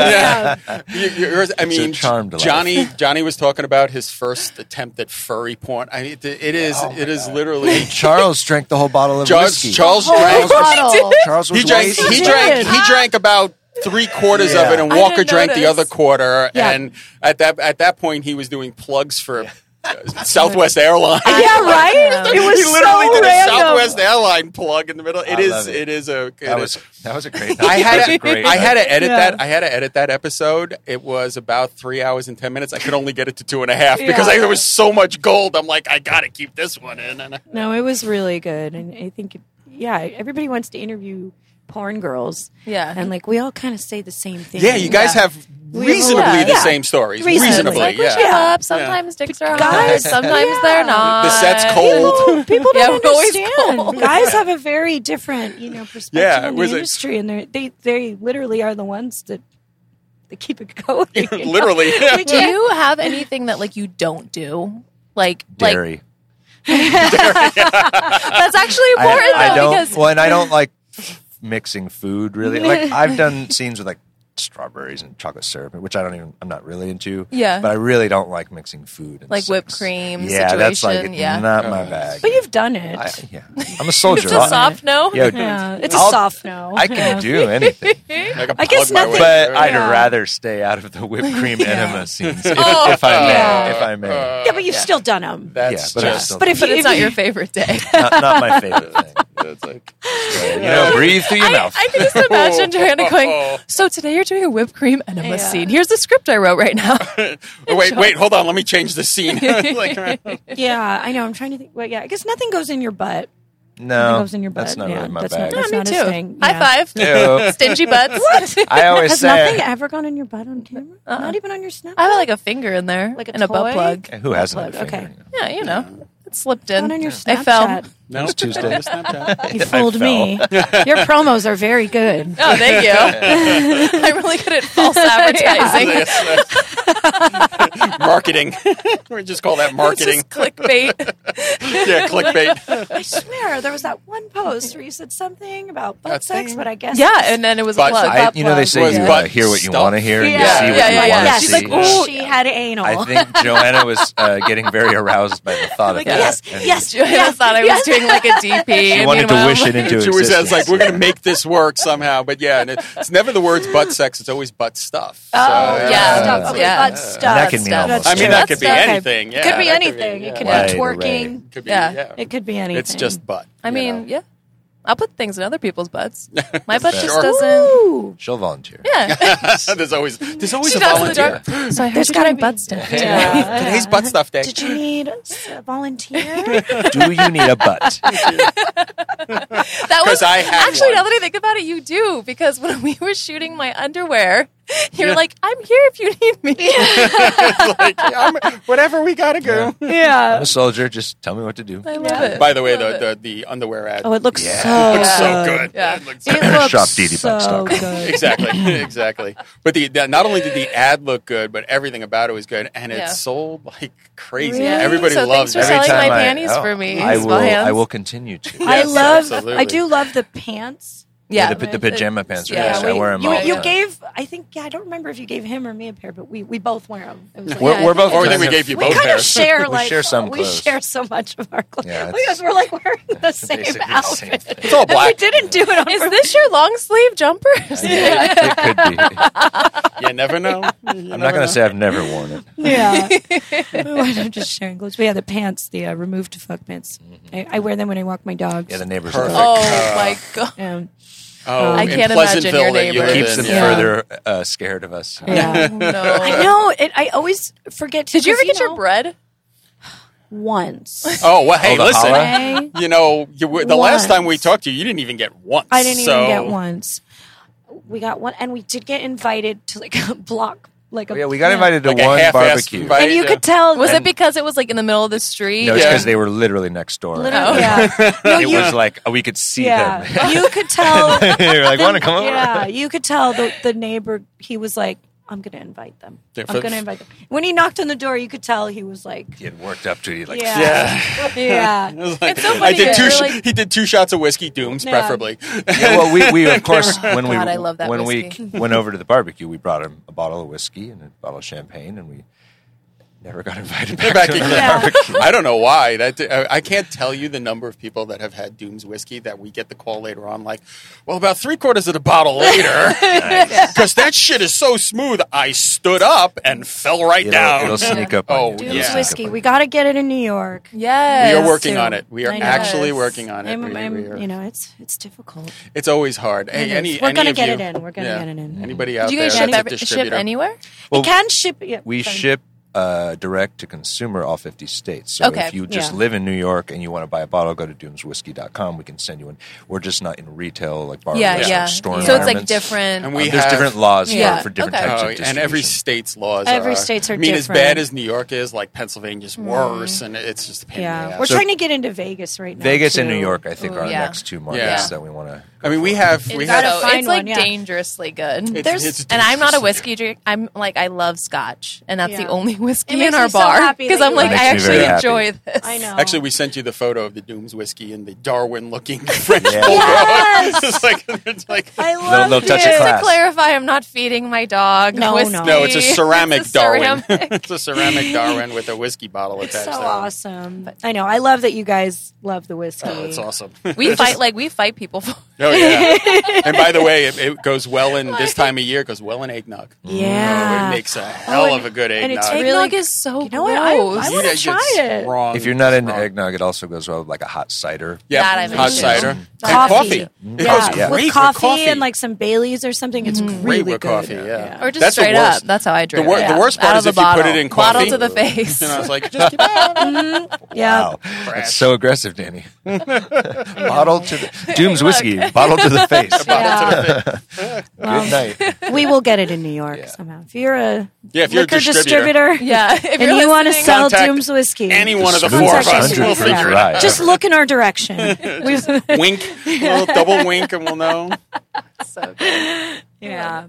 Yeah. You- Yours, I mean, charmed life. Johnny. Johnny was talking about his first attempt at furry porn. I mean, it- it is. it is literally. Oh Charles drank the whole bottle of Charles. whiskey. Charles Oh drank. Bottle. Charles was He drank. wasted. He drank. He drank about three quarters of it, and Yeah. I Walker didn't drank the notice. other quarter. Yeah. And at that at that point, he was doing plugs for uh, Southwest Airlines. yeah, right. It was he literally so did a random. Southwest airline plug in the middle. It I is. love it. It is a. it That is- was that was a great. I that was had a great. to, I had to edit Yeah. that. I had to edit that episode. It was about three hours and ten minutes. I could only get it to two and a half because I, there was so much gold. I'm like, I gotta keep this one in. And I- No, it was really good, and I think, it, yeah, everybody wants to interview porn girls. Yeah. and like we all kind of say the same thing. yeah, you guys have reasonably yeah. the Yeah. same stories. Reasonably. Reasonably, Like, yeah. yeah. up. Sometimes dicks are hard. Sometimes they're not. The set's People, cold. Oh, people Yeah, don't we're always understand. cold. Guys have a very different, you know, perspective Yeah, it in was the a- industry, and they they they literally are the ones that that keep it going. you know? Literally. Do We can't- you have anything that like you don't do? Like, Dairy. like that's actually important I, I though don't. because well, and I don't like mixing food really. Like I've done scenes with like strawberries and chocolate syrup, which I don't even. I'm not really into. Yeah. but I really don't like mixing food. And Like whipped sex. cream Yeah, that's like situation, yeah. not my bag. but you've done it. I, yeah, I'm a soldier. it's a I- soft no. Yeah, yeah, it's a I'll- soft no. I can do anything, I, can I guess plug my nothing- way but through. I'd Yeah. rather stay out of the whipped cream enema scenes if, Oh, if I may. yeah. If I may, yeah, but you've still done them. yeah, Uh, that's but, I just. still, but if But you, it's if not you- your favorite day. not, not my favorite thing. that's like, You know, breathe through your I, mouth. I can just imagine Joanna Oh. going, So today you're doing a whipped cream enema Yeah. scene. Here's the script I wrote right now. oh, wait, wait, hold on. Let me change the scene. Like, yeah, I know. I'm trying to think. Well, yeah, I guess nothing goes in your butt. no, Nothing goes in your butt. that's not yeah, really my that's bag. Not, that's me not his too. thing. High Yeah. five. Ew. Stingy butts. I always Has say nothing ever gone in your butt on camera? Not even on your Snapchat? Uh-uh. I have like a finger in there Like a and a toy? butt plug. Who hasn't? Plug, okay. Yeah, you know, it slipped in. Not on your I fell. Snapchat. no, It's Tuesday. It's Snapchat. You fooled me. Your promos are very good. Oh, thank you. I'm really good at false advertising. marketing. we just call that It's marketing. just clickbait. yeah, clickbait. I swear, there was that one post where you said something about butt That sex, thing? but I guess yeah, and then it was But a plug. I, you know, they plug. say you Was uh, butt hear what you stuff. want to hear and you Yeah. see what Yeah, you yeah, want yeah. to yes, see. She's like, "Oh." "Ooh." she had anal. I think Joanna was uh, getting very aroused by the thought of that. yes, and yes, I yes. thought I was doing like a DP. She wanted to Meanwhile, wish it into She existence. always says like, "We're going to make this work somehow," but yeah, and it, it's never the words "butt sex." It's always "butt stuff." So, Oh, yeah. yeah. Okay, Yeah. butt stuff. that can mean stuff. almost I mean, that That's could be stuff. anything. Yeah, It could be that anything. It could Wide be twerking. Could be, Yeah. yeah. It could be anything. It's just butt. I you mean, know. yeah. I'll put things in other people's butts. My butt just Sure. doesn't. Ooh. she'll volunteer. Yeah. there's always there's always She a does in the volunteer. dark. So I heard you doing butt stuff. Yeah. Today's butt stuff day. Did you need a volunteer? Do you need a butt? That was 'Cause I had Oh, actually one. now that I think about it, you do because when we were shooting my underwear, you're like, "I'm here if you need me." Like, I'm- whatever we gotta go. I'm a soldier. Just tell me what to do. I love it. By the way, Love the, the the underwear ad Oh, it looks Yeah. so looks so good. good. Yeah. It looks It looks Shop so DDBucks.com. good. exactly, exactly. But the, the not only did the ad look good, but everything about it was good, and it Yeah. sold like crazy. Really? Everybody So thanks loves for it. selling- my I- oh, panties for me, I these will. hands. I will continue to. I Yes, love. absolutely. I do love the pants. yeah, the, the pajama pants. Yeah, Yeah, I we- wear them. you, all the you time. gave. I think. Yeah, I don't remember if you gave him or me a pair, but we we both wear them. It was like, We're, Yeah, I we're think both. Or I think kind we of- gave you we both kind pairs. of share We like share some we clothes. share so much of our clothes Yeah, it's- because we're like wearing the same Basically the same outfit. thing. It's all And we black. didn't do it on Is purpose. this your long sleeve jumpers? It could be. You never know. I'm not going to say I've never worn it. Yeah, we were just sharing clothes. But yeah, the pants, the uh, remove to fuck pants. I, I wear them when I walk my dogs. Mm-hmm. Yeah, the neighbors. Perfect. Are Oh my god. Um, Oh, I in can't imagine Pleasantville your that you neighbor. live keeps in, them yeah. further uh, scared of us. yeah. I No. know. It, I always forget. To, Did you ever 'cause, get your know, bread? once? Oh well, hey, the listen. holla? I, You know, you were, the last time we Once. talked to you, you didn't even get once. I didn't so- even get once. We got one, and we did get invited to like a block, like a Oh, Yeah, we got invited to Like a one half-assed barbecue. invite. and you Yeah. could tell Was that- it because it was like in the middle of the street? No, it's Yeah. because they were literally next door. literally, yeah, no, It you, was like we could see them. yeah, you could tell. You're like, want to come over? Yeah, you could tell the, the neighbor. He was like, I'm going to invite them. Yeah, I'm for- going to invite them. When he knocked on the door, you could tell he was like, He had worked up to you like yeah, Yeah. yeah. It was like, It's so I funny did that two. you're sh- like- he did two shots of whiskey, Dooms Yeah. preferably. Yeah, well, we, we of course when we God, I love that when whiskey. we went over to the barbecue, we brought him a bottle of whiskey and a bottle of champagne, and we never got invited back, back to again. another Yeah. barbecue. I don't know why. That uh, I, I can't tell you the number of people that have had Doom's whiskey that we get the call later on, like, well, about three quarters of the bottle later, because that shit is so smooth. I stood up and fell right It'll, down. it'll sneak up Oh, on you. Doom's Doom's It'll sneak whiskey. up on We you. got to get it in New York. we Yes. are working on it. We are I know. actually Yes. working on it. I'm- We- I'm- we are- you know, it's it's difficult. it's always hard. Hey, is. any, We're any gonna of get you- it in. We're gonna get it in. Anybody out Did you guys there ship, that's a every, ship distributor? anywhere? Well, it can ship. Yeah, we sorry. ship uh, direct to consumer all 50 states. So Okay, if you just yeah. live in New York and you want to buy a bottle, go to doomswhiskey.com. We can send you one. We're just not in retail like bar Yeah, restaurants, yeah. So store it's like environments. different. And Um, we there's have- different laws for- Yeah, for, different okay. types Oh, of distribution. and every state's laws. Every are, state's are I mean, different. Mm-hmm. as bad as New York is, like Pennsylvania's worse, and it's just a pain in the uh, Yeah, ass. we're So- trying to get into Vegas right now. Vegas and too. New York, I think, Ooh, are yeah. the next two markets Yeah. that we want to. I mean, we have we It's have gotta So find it's like one, yeah. dangerously good. It's- There's it's and I'm not a dangerously whiskey drink. I'm like I love Scotch, and that's the Yeah. only whiskey It in makes our me so bar happy that because I'm you like like I it. Makes me actually very enjoy happy. this. I know. Actually, we sent you the photo of the Dooms whiskey and the Darwin looking French Yeah. bulldog. it's like it's like I love they'll touch it. your Just to class. clarify, I'm not feeding my dog No, no. whiskey. no, it's a ceramic It's a Darwin. ceramic- it's a ceramic Darwin with a whiskey bottle It's attached. so to it. awesome. I know. I love that you guys love the whiskey. Oh, it's awesome. we fight like we fight people for. oh yeah. And by the way, it, it goes well in this time of year. It goes well in eggnog. Yeah. Oh, it makes a hell and- of a good and eggnog. it's really- Eggnog is so know what? I- gross. I You wanna guys try just it. wrong- If you're not into wrong. eggnog, it also goes well with like a hot cider. Yeah, That I hot mentioned. cider and Coffee. coffee. Yeah. It goes Yeah. great With coffee, coffee. Mm-hmm. and like some Baileys or something. It's really with good. coffee, yeah. Or just That's the straight worst. up. That's how I drink. The wor- it. the worst part Out is of the if you put bottle. it in coffee. Bottle to the face. And I was like, just keep it. Yeah. Wow, that's so aggressive, Danny. bottle to the Doom's Look. whiskey, bottle to the face. Yeah. Good night. we will get it in New York Yeah. somehow. If you're a Yeah, if you're a liquor distributor. yeah. If and you want to listening- sell contact Doom's whiskey, Any one of the Just four of contact us, us. we'll Yeah. figure it Right. out. just look in our direction. We- wink, a little double wink, and we'll know. So good. yeah.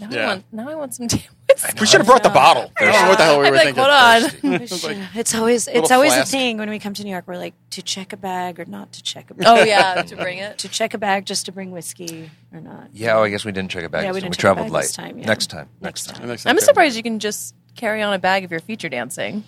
Now, Yeah. I want, now I want some damn whiskey. We should have brought the bottle. I don't know what the hell we I'm were like, thinking. hold on. It's always it's Little always flask. a thing when we come to New York. We're like to check a bag or not to check a bag. Oh yeah, to bring it. To check a bag just to bring whiskey or not. Yeah, oh, I guess we didn't check it back. Yeah, we this time. didn't check it traveled back light. this time, yeah. Next time. Next time. I'm surprised you can just carry on a bag if you're feature dancing.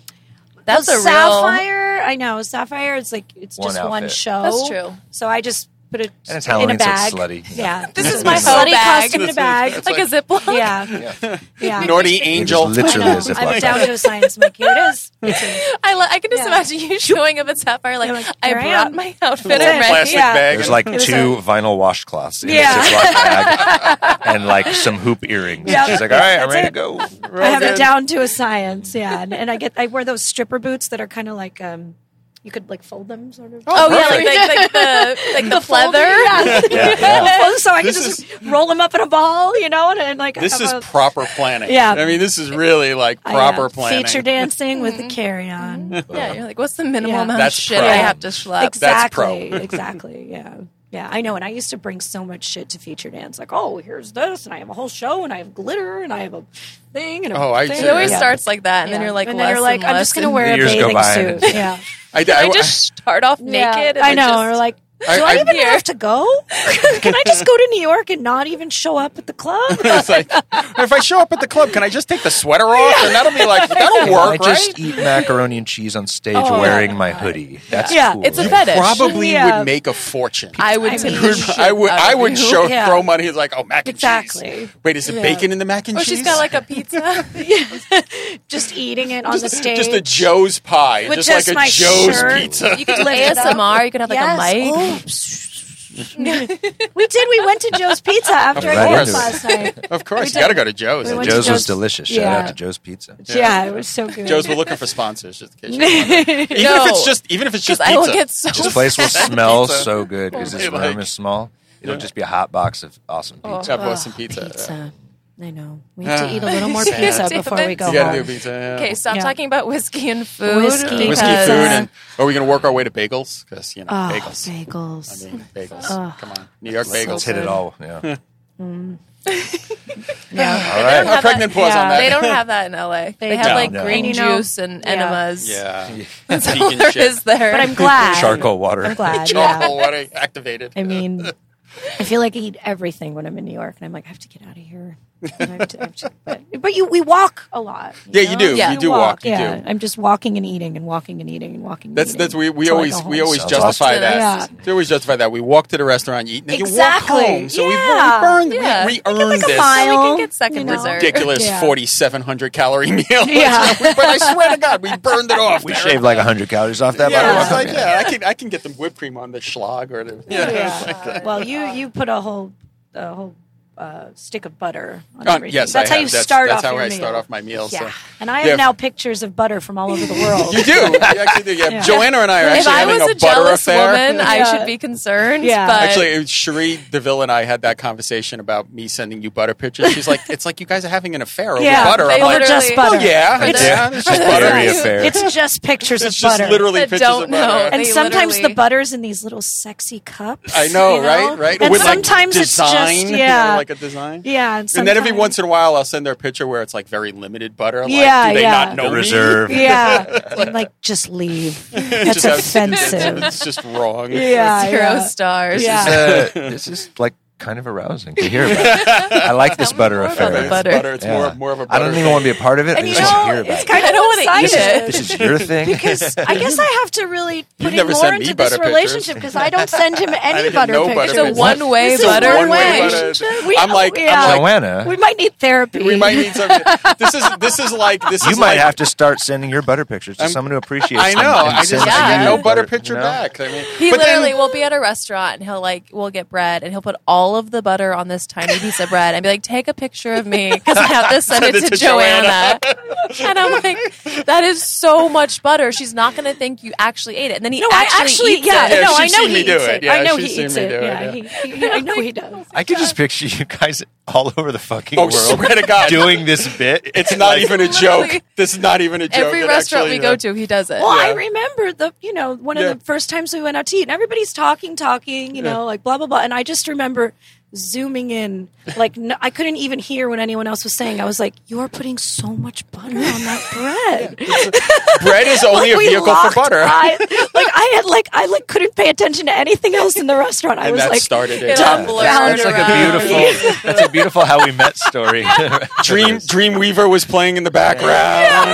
That's Well, a real. sapphire. I know sapphire. It's like it's One just one outfit. show. That's true. So I just put it And it's in Halloween, a so it's bag. slutty, you know. Yeah, This is my It's a whole slutty bag. costume in a bag. It's like a Ziploc. yeah, yeah. Naughty It angel. was I literally know. as if I'm like down that. to a science. I'm like, here it is. I, li- I can just Yeah. imagine you showing up at Sapphire like, You're like, I "Here I brought am." my outfit Little already. plastic Yeah. bag. There's like It was two vinyl washcloths in Yeah. a Ziploc bag and like some hoop earrings. Yeah. She's like, all right, I'm That's ready it. to go. I have it down to a science. Yeah, and, and I get I wear those stripper boots that are kind of like um, you could like fold them sort of. Oh yeah, like, like, like the like the pleather. Yeah. Yeah, yeah. Well, so I can This just roll them up in a ball, you know, and, and like This have is a- proper planning. Yeah. I mean, this is really like I, uh, proper planning. feature dancing with the carry on. Yeah, you're like, what's the minimal Yeah. amount That's of shit pro. I have to schlep? That's pro. exactly, exactly. Yeah, yeah. I know, and I used to bring so much shit to feature dance. Like, oh, here's this, and I have a whole show, and I have glitter, and I have a thing, and a Oh, I thing. see. It always Yeah. starts like that, and then Yeah. you're like, and then you're less like, I'm less just gonna and- wear a Years go bathing by and- suit. Yeah. I, I I- just start off Yeah. naked. and I know. Just, Or like, do I- I, I- even have to go? Can I just go to New York and not even show up at the club? it's like, if I show up at the club, can I just take the sweater off? And that'll be like, that'll I work, just right? eat macaroni and cheese on stage Oh, wearing yeah. my hoodie. That's Yeah. cool. it's a You- fetish. Probably Yeah. would make a fortune. I would. tip the shit I would. out of I would you. show Yeah. throw money. It's like, oh, mac and cheese. Exactly. Wait, is it Yeah. bacon in the mac and Or cheese? Oh, she's got like a pizza. just eating it on the stage. just a Joe's pie, With just, just like a my Joe's shirt. pizza. You could lift it up. ASMR. You could have like a mic. Oh. we did. We went to Joe's Pizza after I'm I right ate into last night. Of course, you got to go to Joe's. We went to Joe's was Joe's- delicious. Shout Yeah. out to Joe's Pizza. Yeah, it was so good. Joe's, we're looking for sponsors. Just in case you're wondering. even No. if it's just even if it's just Because pizza. I will get so. This place will smell Pizza. so good because this Like- room is small. It'll just be a hot box of awesome Oh, pizza. God bless some pizza. Pizza. I know. We have Ah. to eat a little more pizza Damn before we it. go You got to home. do pizza. yeah. Okay, stop Oh, Yeah. talking about whiskey and food. Whiskey. because- Whiskey, food, and are we going to work our way to bagels? Because you know, Oh, bagels. I bagels. mean, bagels. Come on, New York bagels. Let's hit it all. Yeah. Mm. Yeah. All don't right. have A pregnant pause yeah. on that. They don't have that in LA. They, have don't. like No. green And, you know- juice and Yeah. enemas. Yeah. That's all Vegan there shit. is there. But I'm glad. Charcoal water. I'm glad. Charcoal Yeah. water activated. I mean, I feel like I eat everything when I'm in New York, and I'm like, I have to get out of here. I have to- I have to- but, but you, we walk a lot. Yeah, you know? do. Yeah. You do walk. You yeah, do. I'm just walking and eating and walking and eating and walking. and That's eating that's we we till I always go we home. always Sounds justify awesome. that. Yeah. We always justify that. We walk to the restaurant, you eat, and then you Exactly. walk home. So Yeah. we, we burned, Yeah. we, we earned a this mile. we Well, can get second you know. dessert. ridiculous Yeah. 4,700 calorie meal. Yeah. but I swear to God, we burned it off. We there. shaved like 100 calories off that. Yeah, but I was we're like, okay. yeah, I can I can get them whipped cream on the schlag or the yeah. Yeah. well, you you put a whole a whole uh, stick of butter on Uh, everything. yes, that's I how have. you That's- start that's off. how your I meal. start off my meal, Yeah, so. and I have Yeah. now pictures of butter from all over the world. You do. You actually do. Yeah. Joanna and I are if actually I having was a, a, butter jealous affair. woman, I Yeah. should be concerned. Yeah. But Actually, it was Cherie Deville and I had that conversation about me sending you butter pictures. She's like, "It's like you guys are having an affair over yeah, butter." I'm They over like, literally- just "Oh butter. yeah, It's- yeah, it's just Dairy butter. It's affair. It's just pictures of just butter. literally That pictures of don't butter. know. Oh, and They sometimes literally- the butter's in these little sexy cups. I know, you right? Right. And With sometimes like it's just design, you know, yeah, like a design. yeah. And, And then every sometimes- once in a while, I'll send her a picture where it's like very limited butter. Like, Yeah, do they yeah. not The know me? reserve. yeah, I'm like just leave. It's That's just- it's- offensive. It's just wrong. yeah, zero yeah. stars. Yeah. This is, uh, this is like kind of arousing to hear about. I like this butter more about affair. the It's butter. It's Yeah. more, more of a I butter. don't even want to be a part of it. And I you just want to know, hear about it's it. kind I of don't wanna eat one-sided. it. This is your thing. because I guess I have to really put in never more sent me into this butter relationship because I don't send him any didn't butter know butter pictures. It's a It's one way It's a butter. one-way way. butter. We- I'm like, yeah. I'm like, Joanna, We might need therapy. we might need something. This is this is like this. you is might like, have to start sending your butter pictures to I'm- someone who appreciates. I them know. and I just I sends you get Yeah. no the butter you picture know? back. I mean, He but literally then, will be at a restaurant and he'll like we'll get bread and he'll put all of the butter on this tiny piece of bread and be like, "Take a picture of me because I have to send it to, Joanna." and I'm like, "That is so much butter. She's not going to think you actually ate it." And then he No, actually, I actually, eats yeah, it. Yeah, no, I she's know seen he me do eats it. it. Yeah, I know she's he eats seen me it. do it, Yeah, yeah. he- he- I know he does. I could just picture you guys all over the fucking Oh, world swear to God. doing this bit. It's not even a joke. literally- This is not even a joke. Every It restaurant actually- uh, we go to, he does it. Well, I Yeah. remember the, you know, one Yeah. of the first times we went out to eat, and everybody's talking, talking, you know, like blah blah blah, and I just remember zooming in, like no, I couldn't even hear what anyone else was saying. I was like, "You are putting so much butter on that bread." bread is only a we vehicle for locked butter. eyes. like I had, like I like couldn't pay attention to anything else in the restaurant. I and was that like, started it. It all blurred That's like a around. beautiful. That's a beautiful how we met story. Dream Dreamweaver was playing in the background.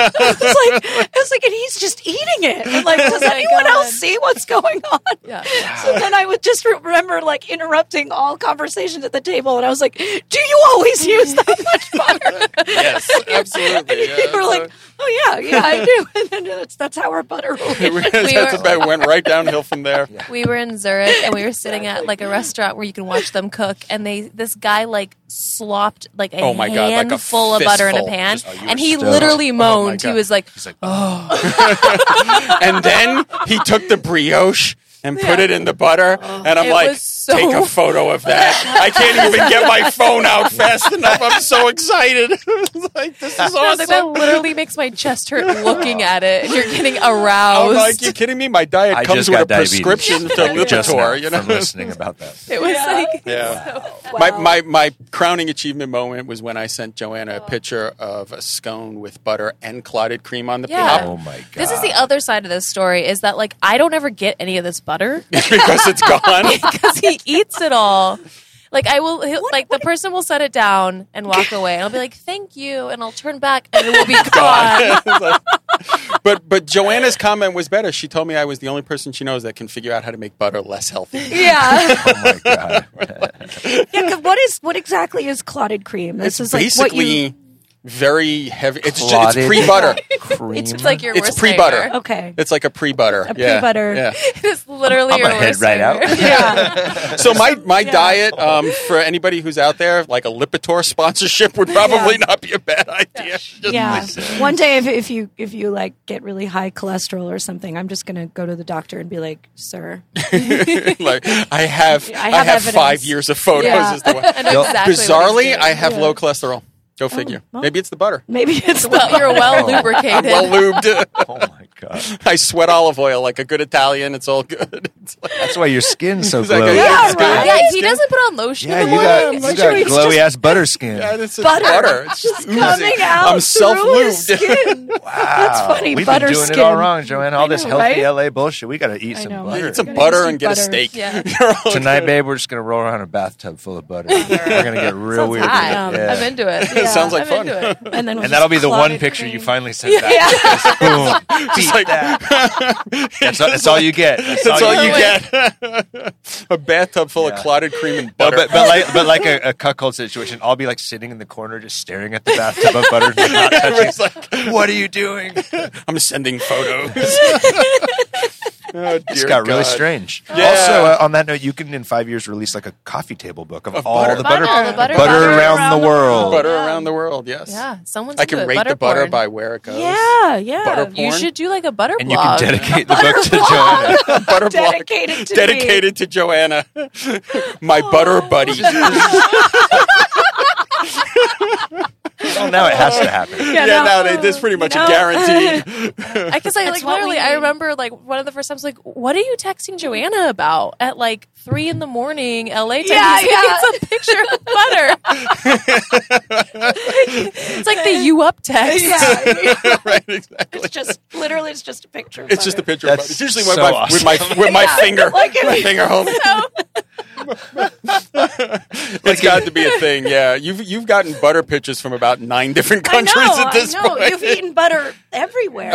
it's like it's like, and he's just eating it. And like, does Oh my anyone God. else see what's going on? Yeah. So then I would just remember like interrupting all conversations at the table, and I was like, "Do you always use that much butter?" yes, absolutely. and people were like, "Oh yeah, yeah, I do." And then that's that's how our butter rolls. that's were- about went right downhill from there. we were in Zurich and we were sitting at like a restaurant where you can watch them cook and they this guy like slopped like a Oh, my God, like a handful of butter in a fistful. pan Just- oh, you and were he stoned. literally Oh, moaned. God. "Oh." he was like, He's like, And then he took the brioche and put it in the butter, and I'm It like, was so- take a photo of that. I can't even get my phone out fast enough. I'm so excited. It's like this is I was like, awesome. that literally makes my chest hurt looking at it. And you're getting I'm aroused. like, you kidding me? Oh My diet I comes just with got a diabetes. prescription to like, just now Lipitor. You know, from listening about that. it was like Yeah. My, my, my crowning achievement moment was when I sent Joanna a Oh. picture of a scone with butter and clotted cream on the Yeah. top Oh my god! this is the other side of this story is that like I don't ever get any of this butter because it's gone. because he eats it all. Like I will, he'll, like the person will set it down and walk away, and I'll be like, "Thank you," and I'll turn back, and it will be gone. but but Joanna's comment was better. She told me I was the only person she knows that can figure out how to make butter less healthy. Yeah, Oh my god! yeah. 'cause What is what exactly is clotted cream? This is like what Basically, you. very heavy. It's ju- Clotted it's pre butter. cream. It's like your It's worst pre-butter. nightmare. Okay. It's like a pre butter. A pre-butter. Yeah. It's literally I'm your gonna head worst right nightmare. out. Yeah. So my my diet um, for anybody who's out there, like a Lipitor sponsorship would probably not be a bad idea. Just- yeah. One day, if, if you if you like get really high cholesterol or something, I'm just gonna go to the doctor and be like, "Sir, like I have, I I have have, evidence. five years of photos. Yeah. As to why. I know exactly what he's Bizarrely, doing. I have low cholesterol. Go figure. well. Maybe it's the butter. maybe it's the well, you're well Oh. lubricated. Well lubed. Oh my God. I sweat olive oil like a good Italian. It's all good. It's like- That's why your skin's so It's like a- glowy. Yeah, It's got- right. Yeah, he doesn't put on lotion Yeah, in the you morning. got, you got glowy ass butter skin. yeah, it's, it's Butter. butter. It's just oozing. coming out I'm self through his lubed. skin. That's Wow. funny. We've butter been doing skin. it all wrong, Joanne. All I this know, healthy right? LA bullshit. We got to eat I some know. butter. Eat It's a Gotta butter eat and get a butter. steak. Yeah. You're all Tonight, good. babe, we're just gonna roll around in a bathtub full of butter. we're gonna get real Sounds Um, weird. hot. Yeah. I'm into it. Yeah, Sounds like I'm fun. Into it. And, then we'll and that'll be just the clot one it. picture you finally sent back. Just boom. Beat like- that. That's, all, that's all you get. That's, That's all you get. get. a bathtub full Yeah. of clotted cream and No, butter. but, but like, but like a, a cuckold situation, I'll be like sitting in the corner, just staring at the bathtub of butter, like, not touching. It's like, What are you doing? I'm sending photos. oh, This dear got really God. strange. Yeah. Also, uh, on that note, you can in five years release like a coffee table book of, all butter. the butter, Butter, the butter butter around, around the the world. Butter around the world, yes. Yeah, someone's. I can into rate it. the butter porn. by where it goes. Yeah, yeah. Butter You porn. should do like a butter And you can blog. dedicate the book to Joanna. butter block. Dedicated to me. Oh. dedicated to Joanna, my butter buddy. well, now it has to happen. yeah, now they, this is pretty much know? a guarantee. I guess I like what literally. we I need. remember like one of the first times like, what are you texting Joanna about at like three in the morning LA time? Yeah, He's yeah. taking some picture of butter. it's like the you up text. Yeah. right, exactly. it's just literally it's just a picture. of It's just a butter. picture. of That's butter. It's usually with so my awesome. with my with my finger, like if my you- finger home. it's got to be a thing. Yeah, you've you've gotten butter pictures from about nine different I countries know. at this I know. point. You've eaten butter everywhere.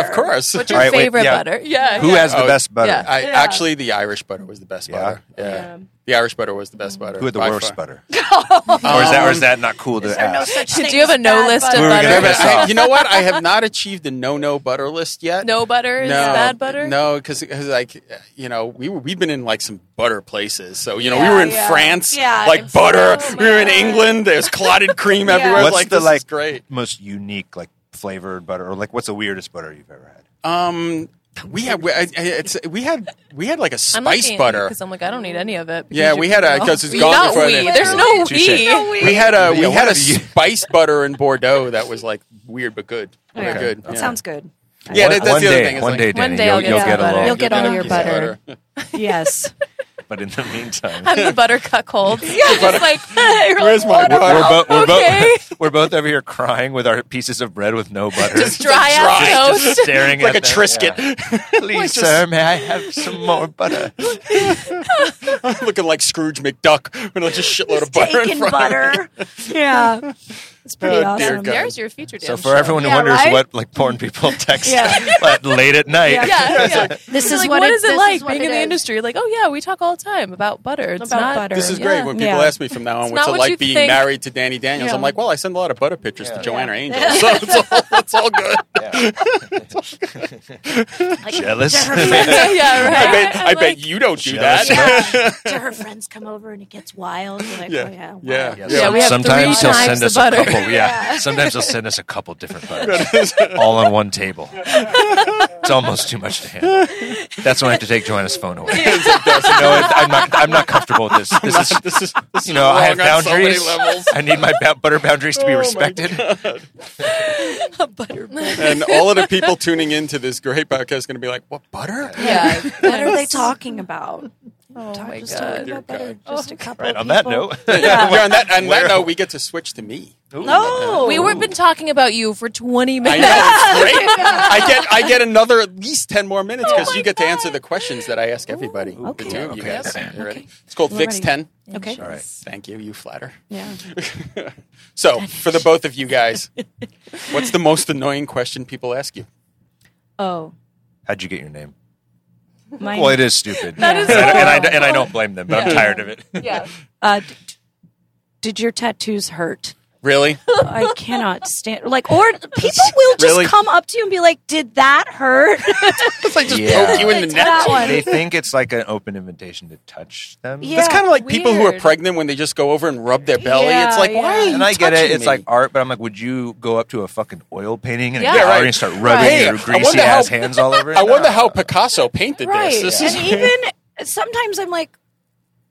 of course. What's your All right, wait, favorite yeah. butter? Yeah. Who yeah. has the Oh, best butter? yeah. I Yeah. actually the Irish butter was the best Yeah? butter. Yeah. Yeah. Mm. Oh, The Irish butter was the best butter. Who had the by worst far. butter? or is that or Um, um, is that not cool to There are no ask? such thing Do you have as a no bad list of butter. We were gonna butter? Yeah, but I- Stop. you know what? I have not achieved the no no butter list yet. No butter is bad butter. No, because like you know we were, we've been in like some butter places. So you know Yeah, we were in yeah. France, Yeah, like it's- butter. oh my we were in God. England. There's clotted cream Yeah. everywhere. I was What's like the this like is great. most unique like flavored butter or like what's the weirdest butter you've ever had? Um, we had we, I- I- it's, we had we had like a I'm spice looking butter. because I'm like I don't need any of it. because Yeah, you we had a know. because it's We- gone Not before we. then. There's no Touche. we. No weed. We had a Yeah, we what had a have you- spice butter in Bordeaux that was like weird but good. Really Okay. good. That yeah. sounds good. Yeah, one, that- that's one the other day, thing. is, One like, day, Danny, day you'll, I'll you'll get get, some along. butter. You'll get all your piece of butter. Yes. But in the meantime, I'm the butter cuckold. yeah, just like Where's my we're, butter? we're both we're Okay. both we're both over here crying with our pieces of bread with no butter, just dry ass Just- toast. just staring like at a them. Triscuit. Yeah. Please, sir, may I have some more butter? looking like Scrooge McDuck with like a shitload of butter in Bacon front of me. butter. yeah. It's pretty Oh, dear awesome. God. There's your feature. So damn for show. everyone who Yeah, wonders right? what like porn people text Yeah. like, late at night, Yeah. yeah, yeah. This So, is like, what what it- is this it is like what being it in the is. industry? Like, oh yeah, we talk all the time about butter. It's About not butter. This is Yeah. great. When people Yeah. ask me from now on, It's what's it not what you like being think. married to Danny Daniels, Yeah. I'm like, well, I send a lot of butter pictures Yeah. to Joanna Angel, so it's all, it's all good. jealous. To her, friends, yeah, yeah, right. I bet, I I'm bet like, you don't do Jealous. that. to her friends come over and it gets wild. You're like, Yeah. oh, yeah. Yeah. wild. Yeah. Yeah, we have sometimes three they'll types send of us butter. a couple. Yeah. sometimes they'll send us a couple different butters, all on one table. It's almost too much to handle. That's when I have to take Joanna's phone away. So, no, it- I'm not. I'm not comfortable with this. This is, this is, this you know, I have wrong on so many boundaries. levels. I need my ba- butter boundaries to be Oh, my respected. and all of the people tuning into this great podcast are going to be like, what, butter? yeah. What are they talking about? Oh, my just God. talking about butter. Just a couple Right of on that people. note, Yeah, on that, on that note, we get to switch to me. No. We were been talking about you for 20 I minutes. know it's great. I get I get another at least ten more minutes because you get to answer the questions that I ask everybody. okay. The two of you Okay. guys. You ready? It's called Fix ready. Ten. Okay. all right. Thank you. You flatter. Yeah. So, for the both of you guys, what's the most annoying question people ask you? Oh. How'd you get your name? My Well, it is stupid. That is and, I, and I horrible. and I don't blame them, but I'm Yeah. tired of it. Yeah. Uh, d- d- did your tattoos hurt? Really? I cannot stand like or people will just Really? come up to you and be like, "Did that hurt?" It's like just Yeah. poke you in the neck. that one. They think it's like an open invitation to touch them. Yeah. It's kind of like people who are Weird. pregnant when they just go over and rub their belly. Yeah, it's like, yeah. why? Are you and I get it. touching It's me? like "Oh, art, but I'm like, would you go up to a fucking oil painting in a Yeah. gallery Yeah, right. and start rubbing Hey, your I greasy wonder ass how- hands all over it? I wonder No. how Picasso painted right. this. This and is even sometimes I'm like,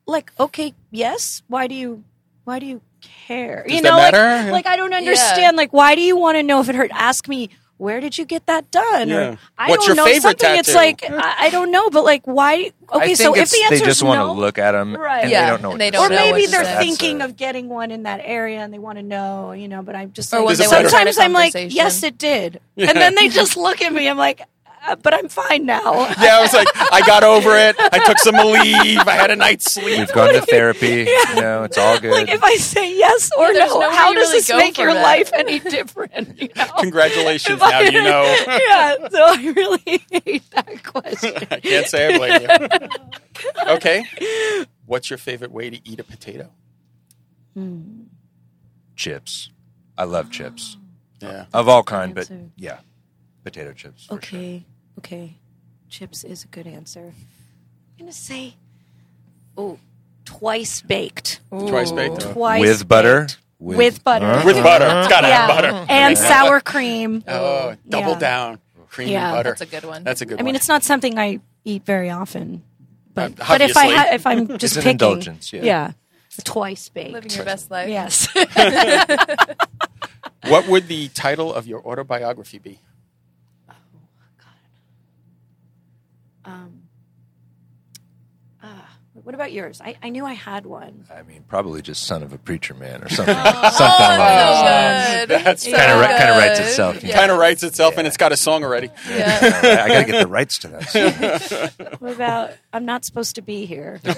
like, okay, yes. Why do you? Why do you care? Does you that know, like- matter? Like, I don't understand. Like, why do you want to know if it hurt? Ask me where did you get that done? Yeah. Or, I What's don't your know favorite something. It's tattoo? like I, I don't know, but like why? I Okay, think so if it's- the answer they just is want no, to look at them Right. and Yeah, they don't know. and what they to don't or say. know what maybe to they're say. thinking of getting one in that area and they want to know, you know. But I'm just Or like, was it better? sometimes I'm like, conversation? yes, it did, and then they just look at me. I'm like, uh, but I'm fine now. Yeah, I was like, I got over it. I took some leave. I had a night's sleep. We've gone to therapy. You know, it's all good. Like if I say yes or there's no, nowhere how you does really this go make for your that. life any different? You know? Congratulations. Now you know. yeah, so I really hate that question. I can't say I blame you. Okay. What's your favorite way to eat a potato? chips. I love chips Yeah. of all kind, but answer. yeah, potato chips. for sure. Okay, okay. Chips is a good answer. I'm gonna say, oh, twice baked, Twice baked. twice With butter. baked. with butter, With butter. It's got to yeah, have butter. and sour cream. Oh, double Yeah. down. Cream Yeah. and butter. That's a good one. That's a good I mean, one. it's not something I eat very often, but Uh, but if I obviously. ha- if I'm just It's an picking, indulgence, yeah. twice baked. Living your best life. Yes. What would the title of your autobiography be? um, ah, what about yours? I, I knew I had one. I mean, probably just son of a preacher man or something. Oh, Oh, something like that. That's Kind of so kind of writes good. itself. you Yeah. know. kind of writes itself, and it's got a song already. Yeah. I got to get the rights to that. song. What about I'm not supposed to be here? It's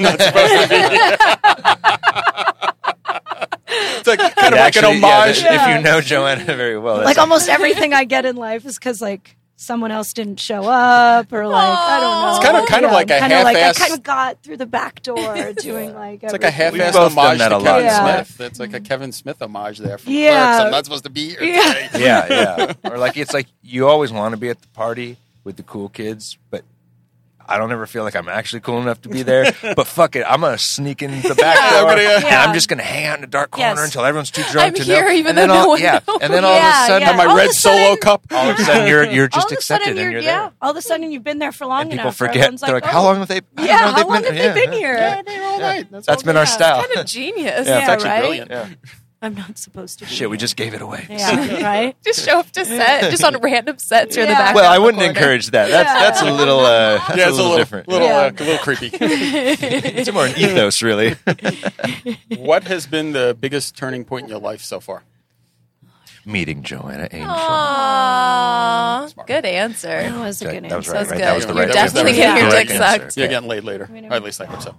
like kind of It like an actually- yeah, homage. that- If you know Joanna very well, that's like almost everything I get in life is because like someone else didn't show up or like I don't know. It's kind of- kind of like a kind of like I half-assed- kind of got through the back door doing like It's like a everything. half-assed both done homage to that a Kevin lot. Yeah. Smith. That's like a Kevin Smith homage there. From Yeah. Clerks. I'm not supposed to be here Yeah. today. yeah, yeah. Or like it's like you always want to be at the party with the cool kids, but I don't ever feel like I'm actually cool enough to be there. but fuck it, I'm gonna sneak in the back Yeah, I'm door gonna- and Yeah. I'm just gonna hang out in a dark corner Yes. until everyone's too drunk I'm to here know. even and then though no all, one yeah, knows. and then all Yeah, of a sudden, yeah. My All of red a sudden- solo cup. all of a sudden you're you're just all of a accepted sudden and you're, you're yeah. there. All of a sudden you've been there for long And enough. people forget. Everyone's They're like, oh, "How long have they? I Yeah, don't know, how they've long been, have they "Oh, yeah, been here? Yeah. Right. That's That's been our style. Kind of genius. Yeah, it's Yeah, actually right? brilliant. Yeah. I'm not supposed to. Be Shit, we here." just gave it away. yeah, right. Just show up to set, just on random sets or in the Yeah. back. Well, I wouldn't encourage that. That's that's a little uh, that's yeah, a little, different. Little, Yeah. uh, a little creepy. It's more an ethos, really. what has been the biggest turning point in your life so far? Meeting Joanna Angel. Aww, good That answer. was a That- good that was right, answer. That was right? good. That was the You're definitely right that was the getting your correct dick answer. sucked. You're getting laid later. Or at least I hope so.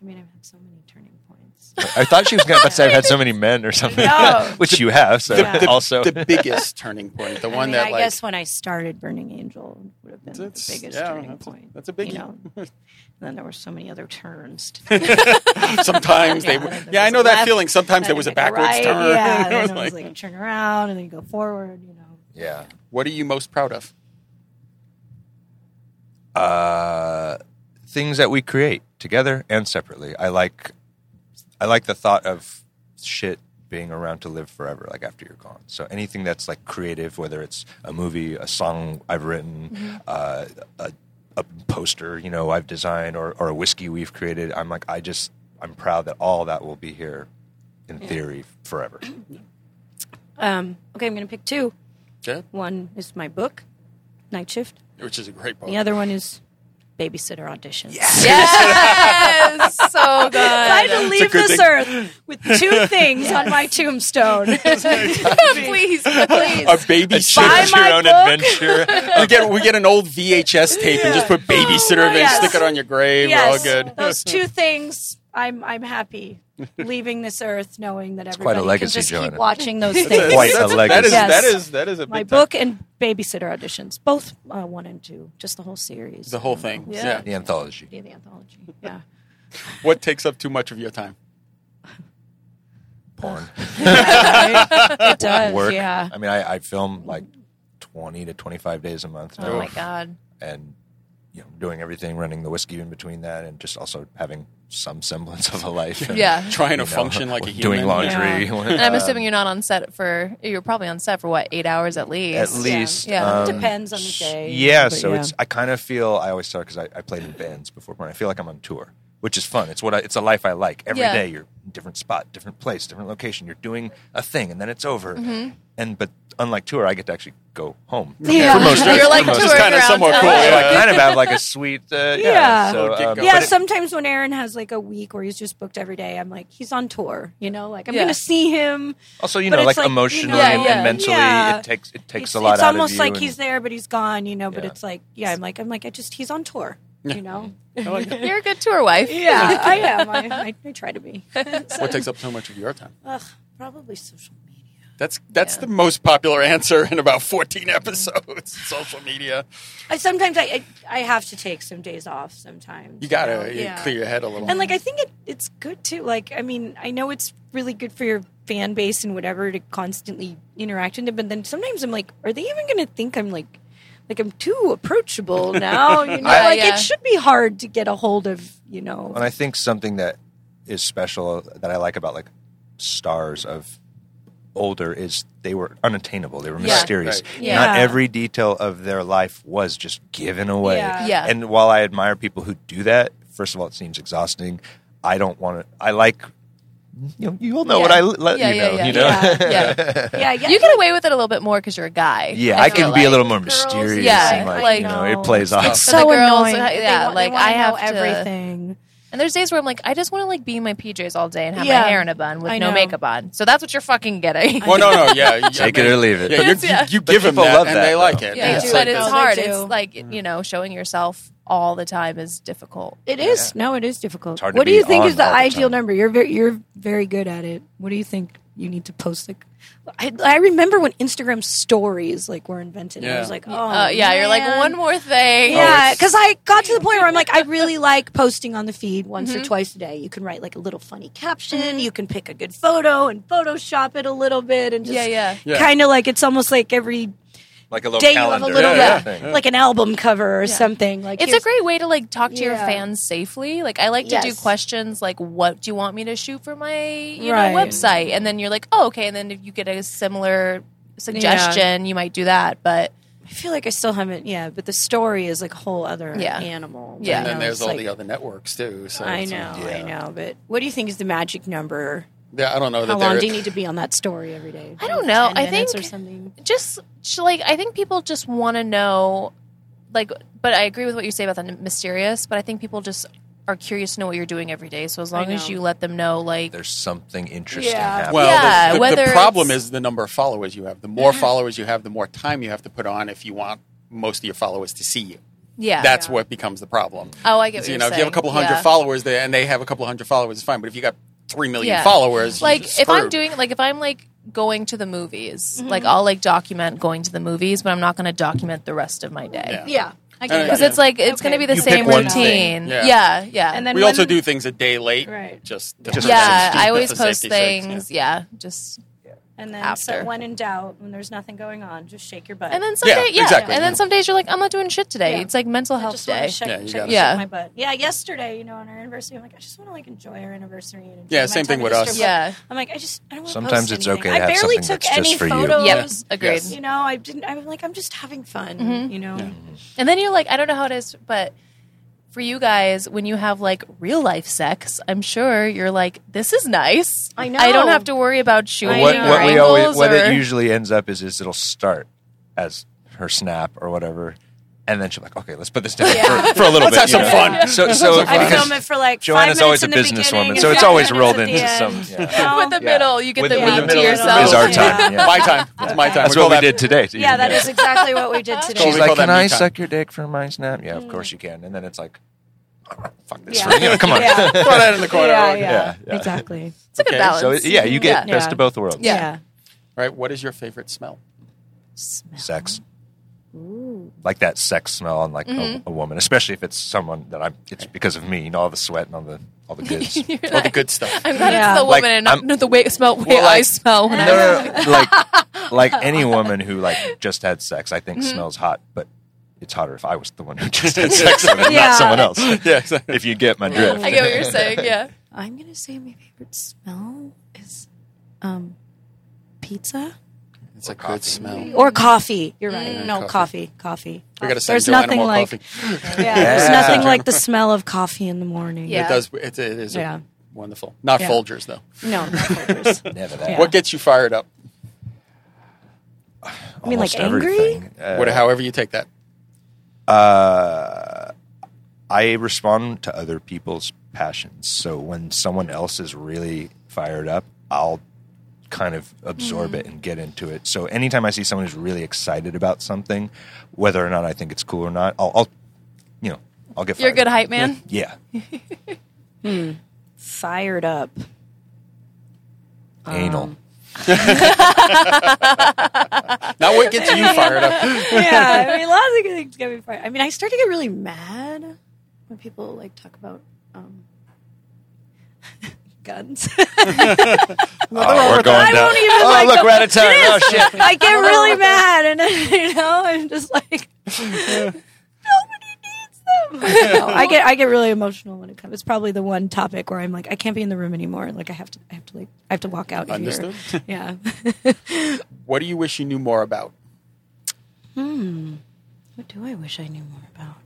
I mean, I've had so many turning points. I thought she was going to say I've had so many men or something, No. which you have. So Yeah. also, The biggest turning point. The I one mean, that I like guess when I started Burning Angel would have been the That's- biggest yeah, turning that's a- point. that's a biggie. You know? and then there were so many other turns. To sometimes they Yeah, there Yeah, I was know that left, feeling. Sometimes then there was you a make backwards right, turn. Yeah, It and was then it was like- like you turn around and then you go forward. You know, yeah. what are you most proud of? Uh, things that we create together and separately. I like, I like the thought of shit being around to live forever, like after you're gone. So anything that's like creative, whether it's a movie, a song I've written, Mm-hmm. uh, a, a poster you know I've designed, or or a whiskey we've created. I'm like, I just, I'm proud that all that will be here, in theory, forever. um, okay, I'm going to pick two. Yeah. One is my book, Night Shift. Which is a great book. The other one is Babysitter Auditions. Yes, so I good. had to leave good this thing. earth with two things on my tombstone. please, please. A baby Buy shit. my your own book. adventure. we get we get an old VHS tape and just put babysitter and Oh, Yes. stick it on your grave. We're all good. Those two things, I'm I'm happy leaving this earth knowing that quite everybody a legacy, can just Joanna. keep watching those things. Quite a That's- legacy. That is Yes. that is that is a my big time. book and babysitter auditions, both uh, one and two, just the whole series, The whole thing. Yeah. Yeah. the anthology. Yeah, the anthology. Yeah, What takes up too much of your time? Porn. it does. Work. Yeah, I mean, I, I film like 20 to 25 days a month now. Oh my god. And, you know, doing everything, running the whiskey in between that, and just also having some semblance of a life. and, Yeah. Trying you to know, function like a human. Doing laundry. And I'm assuming you're not on set for. You're probably on set for what eight hours at least. At least. Yeah. um, Depends on the day, Yeah. but So yeah. it's, I kind of feel, I always start because I, I played in bands before porn. I feel like I'm on tour, which is fun. It's what I, it's a life I like. Every Yeah. day you're in different spot, different place, different location. You're doing a thing and then it's over. And, but unlike tour, I get to actually go home. Yeah. For most of it. You're like For most of it. touring kinda around somewhat town. cool, So yeah. I kind of have like a sweet. Uh, yeah. Yeah. So, Okay, um, go. Yeah, but it- sometimes when Aaron has like a week where he's just booked every day, I'm like, he's on tour, you know, like I'm Yeah. going to see him. also, you but know, it's like, like, you know, emotionally Yeah, and, yeah. and mentally, Yeah. it takes it takes it's, a lot. It's out almost of you like and- he's there, but he's gone, you know, but Yeah. it's like, yeah, I'm like, I'm like, I just, he's on tour, you know? You're a good tour wife. yeah, I am. I, I, I try to be. What takes up so much of your time? Ugh, probably social media. That's that's the most popular answer in about 14 episodes. Social media. I sometimes I, I I have to take some days off sometimes. You gotta know? uh, Yeah. clear your head a little. And like I think it, it's good too. Like I mean, I know it's really good for your fan base and whatever to constantly interact with them, but then sometimes I'm like, are they even gonna think I'm like like I'm too approachable now? You know, I- like yeah. it should be hard to get a hold of, you know. And I think something that is special that I like about like stars of older is they were unattainable. They were Yeah. mysterious. Right. Yeah. Not every detail of their life was just given away. Yeah. Yeah. And while I admire people who do that, first of all, it seems exhausting. I don't want to. I like. You know, you all know Yeah. what I l- let Yeah, you yeah, know. yeah, you know. yeah, yeah. yeah, yeah. You get away with it a little bit more because you're a guy. Yeah, I, can feel be a like. little more girls, mysterious. yeah, and like, like- you know, it plays off. so so the girls, annoying. uh, They yeah, want- they like, wanna I know have to- everything. And there's days where I'm like, I just want to like be in my PJs all day and have Yeah. my hair in a bun with I no know. make-up on. So that's what you're fucking getting. well, no, no, yeah. you- I Take it mean, or leave it. Yeah, But you, it's- yeah. you But give them people that, love and that, they like though. it. Yeah, It's do. like- oh, but it's No, they hard. do. It's like you know, showing yourself all the time is difficult. It is. No, it is difficult. hard to What do be you think on is the all the ideal time. number? You're very, you're very good at it. What do you think you need to post? Like, I, I remember when Instagram stories like were invented. I Yeah. was like, oh, Uh, yeah, you're like man. one more thing. Yeah, because I got to the point where I'm like, I really like posting on the feed once Mm-hmm. or twice a day. You can write like a little funny caption. You can pick a good photo and Photoshop it a little bit, and just Yeah, yeah. Yeah. kind of like it's almost like every like a little day you have a calendar. little Yeah, yeah, like an album cover or something. Like It's a here's- great way to like talk to your Yeah. fans safely. Like I like to do Yes. questions like what do you want me to shoot for my you Right. know website? And then you're like, "Oh, okay." And then if you get a similar suggestion, you might do that, but I feel like I still haven't. Yeah, but the story is like a whole other Yeah. animal. Yeah. And you then there's all the other. other networks too. So I it's- know, I Yeah. know. But what do you think is the magic number? Yeah, I don't know How that long there. do you need to be on that story every day? I don't know. 10 I minutes think- or something. just sh- like I think people just want to know, like. But I agree with what you say about the n- mysterious. But I think people just are curious to know what you're doing every day. So as long as know. you let them know, like, There's something interesting Yeah. happening. Well, Yeah, the- the, whether the problem it's- is the number of followers you have. The more followers you have, the more time you have to put on if you want most of your followers to see you. yeah, That's what becomes the problem. Oh, I get what you you're know, if you have a saying. couple hundred Yeah. followers there and they have a couple hundred followers, it's fine. But if you got three million Yeah. followers, you're like if I'm screwed. doing like if I'm like going to the movies, Mm-hmm. like I'll like document going to the movies, but I'm not going to document the rest of my day Yeah. Yeah, I get Uh, it. because it's like it's going to be the You pick same one routine. thing. Yeah. Yeah, yeah. And then we when- also do things a day late. Right. Just Just yeah, just I for always post safety's sake, things. yeah. Yeah, just and then after. so when in doubt, when there's nothing going on, just shake your butt. and then some Yeah, day, yeah, exactly. and then some days you're like, I'm not doing shit today. Yeah. It's like mental I health just want day. to check, Yeah, you check, gotta- check Yeah. my butt. Yeah, yesterday, you know, on our anniversary, I'm like, I just want to like enjoy our anniversary. And enjoy Yeah, my same time thing with with Esther, us. but Yeah. I'm like, I just I don't want Sometimes post it's anything. okay to I have barely something took that's any just for you. photos. Yep, agreed. Yes. You know, I didn't. I'm like, I'm just having fun. You know, And then you're like, I don't know how it is, but for you guys, when you have like real life sex, I'm sure you're like, this is nice. I I don't know. have to worry about shooting what, or what we always angles what or- it usually ends up is is it'll start as her snap or whatever, and then she'll be like, okay, let's put this down for, for a little Let's have bit. you some know. fun. So, so I because film it for like. Joanna's five always minutes a in the beginning businesswoman, and so it's five always minutes rolled at the into end. some. yeah. No. With the middle, you get With- the with meat the to middle yourself. is our time. yeah. My time. It's my time. That's We what call we that- did today. Yeah, that is exactly what we did today. Totally. She's We like, call that can I me time." suck your dick for my snap? Yeah, of course you can. And then it's like, "Oh, fuck this. Yeah. right? You know, come on. Yeah. Throw that in the corner. Yeah, yeah, Yeah, yeah. exactly. It's a good Okay, balance. So it- yeah, you get Yeah. best of both worlds. Yeah. All right. What is your favorite smell? sex. Like that sex smell on like Mm-hmm. a, a woman, especially if it's someone that I'm. It's because of me and all the sweat and all the all the goods. no, All the good stuff. I'm glad Yeah. it's the Like, woman and not I'm- no, the way smell way Well, like- I smell when I no, no, like like any woman who like just had sex, I think Mm-hmm. smells hot, but it's hotter if I was the one who just had sex with it, Yeah. not someone else. Yeah. exactly. If you get my drift, I get what you're saying. Yeah. I'm gonna say my favorite smell is um, pizza It's a good smell. or coffee. You're right. No Mm. coffee. Coffee. We got to send There's Joanna nothing more like. coffee. Yeah, there's Yeah. nothing like the smell of coffee in the morning. Yeah. It does. It, it is a- Yeah. wonderful. Not Yeah. Folgers though. No. not Folgers. never that. Yeah. What gets you fired up? I mean, like, almost angry? everything. Uh, What, however you take that. I respond to other people's passions. So when someone else is really fired up, I'll kind of Mm-hmm. absorb it and get into it. So anytime I see someone who's really excited about something, whether or not I think it's cool or not, I'll, I'll you know, I'll get. You're a fired good up. hype man. Yeah, Fired up. Um, anal. Now what gets you fired up? yeah, I mean, lots of good things get me fired. I mean, I start to get really mad when people like talk about um, guns. Oh, we're going I down. won't even, oh, like, look, go- we're out of time. Oh shit. I get really mad, and you know, I'm just like, nobody needs them. No, I get I get really emotional when it comes. It's probably the one topic where I'm like, I can't be in the room anymore. Like, I have to, I have to, like, I have to walk out. of here. Understood. Yeah. What do you wish you knew more about? what do I wish I knew more about?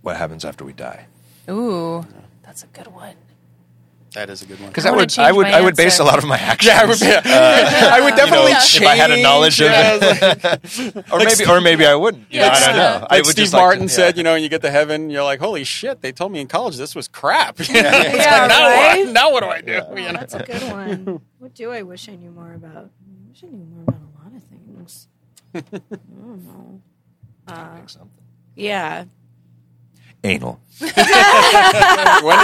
What happens after we die? Ooh, that's a good one. That is a good one. Because I, wanna would, change I would, my I would base answer. a lot of my actions. Yeah, I would, yeah. I would definitely uh, if change. I had a knowledge of- yeah, it's like- or maybe, or maybe I wouldn't. You know, I don't know. I Like would Steve just like to- Martin yeah. said, you know, when you get to heaven, you're like, holy shit, they told me in college this was crap. It's like, Yeah, now, right? what? now what do I do? You know? Oh, That's a good one. What do I wish I knew more about? I wish I knew more about a lot of things. I don't know. Yeah. Anal, when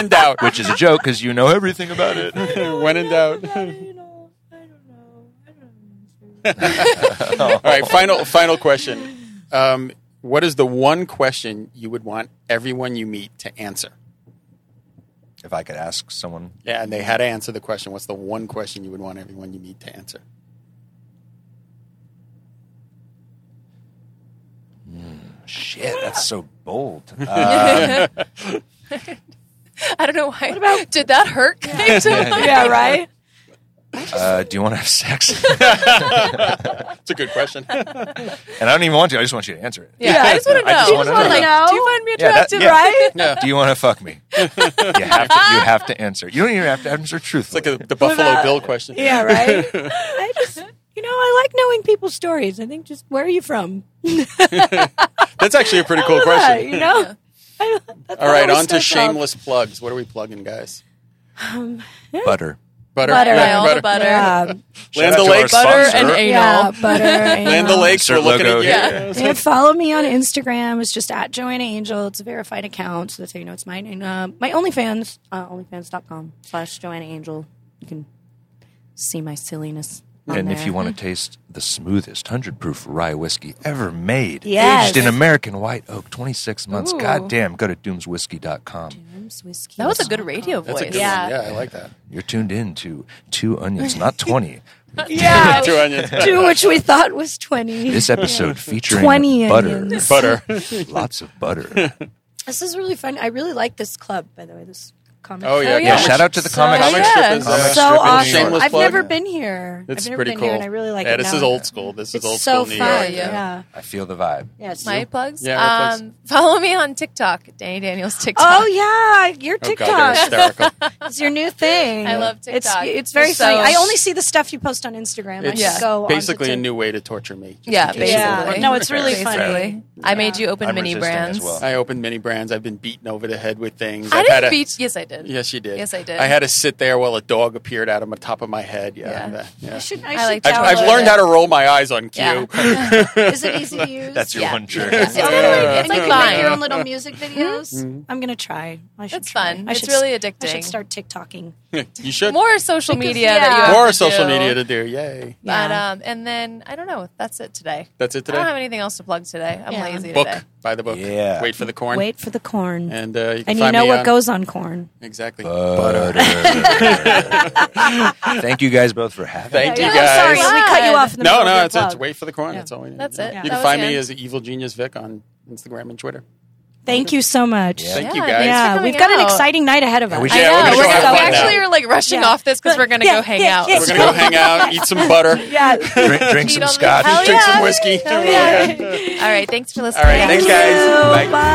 in doubt. which is a joke because you know everything about it. when in doubt. I don't know. I don't know. I don't know. All right, final final question. Um, what is the one question you would want everyone you meet to answer? if I could ask someone, Yeah, and they had to answer the question. What's the one question you would want everyone you meet to answer? shit, that's so bold. Uh, I don't know why. What about did that hurt? Kind of? Yeah, right? uh, do you want to have sex? It's a good question. and I don't even want to. I just want you to answer it. Yeah, I just want to know. I just wanna know. Like, know. do you find me Yeah, that- attractive? yeah. Right? Do you want to fuck me? you have to. You have to answer. You don't even have to answer It's truthfully. like a, the Buffalo Bill question. Yeah, right? I just, you know, I like knowing people's stories. I think just, where are you from? That's actually a pretty cool Yeah, question. you know? I- that's All right, always on so to soft. shameless plugs. What are we plugging, guys? butter. Butter. Butter, Yeah, all the butter. Yeah, Land Shout out the to our Lakes. Butter sponsor. and anal. yeah, butter. Land and the Lakes. We're Insert looking logo at you. here. Yeah, follow me on Instagram. It's just at Joanna Angel. It's a verified account, so that's how you know it's mine. And uh, my OnlyFans, uh, OnlyFans.com slash Joanna Angel. You can see my silliness. on And if there. you want to taste the smoothest 100 proof rye whiskey ever made, Yes. aged in American white oak, 26 months, goddamn, go to doomswhiskey.com. Dooms Whiskey. That was a good radio voice. That's a good Yeah. one. Yeah, I like that. You're tuned in to Two Onions, not 20. Yeah, Two onions. two which we thought was twenty. This episode featuring 20 butter. onions. Butter. Lots of butter. This is really fun. I really like this club, by the way. This comic. Oh, yeah. club. Yeah, Comic- shout out to the comic Comic strip. strip is uh, Comic So strip and awesome. shameless I've plug. never been here. It's I've never pretty been cool. here, and I really like yeah, it. This now. is old school. This It's is old so school New fun. York. yeah. yeah. I feel the vibe. Yeah, it's My plugs. Yeah, my plugs. um, follow me on TikTok, Danny Daniels TikTok. Oh yeah, your Oh, God, TikTok. they're hysterical. it's your new thing. I love It's TikTok. it's very So- funny. I only see the stuff you post on Instagram. I It's just go onto basically a Tik- new way to torture me. just Yeah, in case you Yeah. were basically. No, it's really wondering. funny. I made you open I'm mini resisting brands. as well. I opened mini brands. I've been beaten over the head with things. I I've didn't a- beat. Yes, I did. Yes, you did. Yes, I did. I had to sit there while a dog appeared out of the top of my head. Yeah. Yeah. that- yeah. I should. I, I like should to- I've, I've download learned it. how to roll my eyes on cue. Yeah. download- Is it easy to use? That's your Yeah. one trick. Yes, it's Yeah. It's really- and you like can make your Vine. own little music videos. Hmm? I'm gonna try. I should It's try. fun. I It's should, really I should addicting. start TikToking. You should. More social Because, media. yeah. That you have More to social do. media to do. Yay. But, Yeah. um, and then I don't know. That's it today. That's it I don't have today. anything else to plug today. I'm Yeah. lazy Book. today. Buy the book. Yeah. Wait for the corn. Wait for the corn. And uh, you can And you find know me what on- goes on corn. Exactly. Uh, Butter. Thank you guys both for having me. Thank you I'm guys. sorry, we cut you off. In the no, middle of no, your it's, it's plug. wait for the corn. That's all we need. That's it. You Yeah. can That was find the me end. as Evil Genius Vic on Instagram and Twitter. Thank you so much. Yeah. Thank you Yeah, guys. thanks Yeah, for we've coming got an out. exciting night ahead of us. we I should- Yeah, know. we're gonna we're go gonna- out we right now. actually are like rushing Yeah. off this because we're going to Yeah, go hang yeah, out. yeah. We're going to go hang out, eat some butter, drink Yeah. Drink, drink Eat some on the- scotch. Hell some yeah. whiskey. All right. Thanks for listening. All right. Thanks, guys. Bye.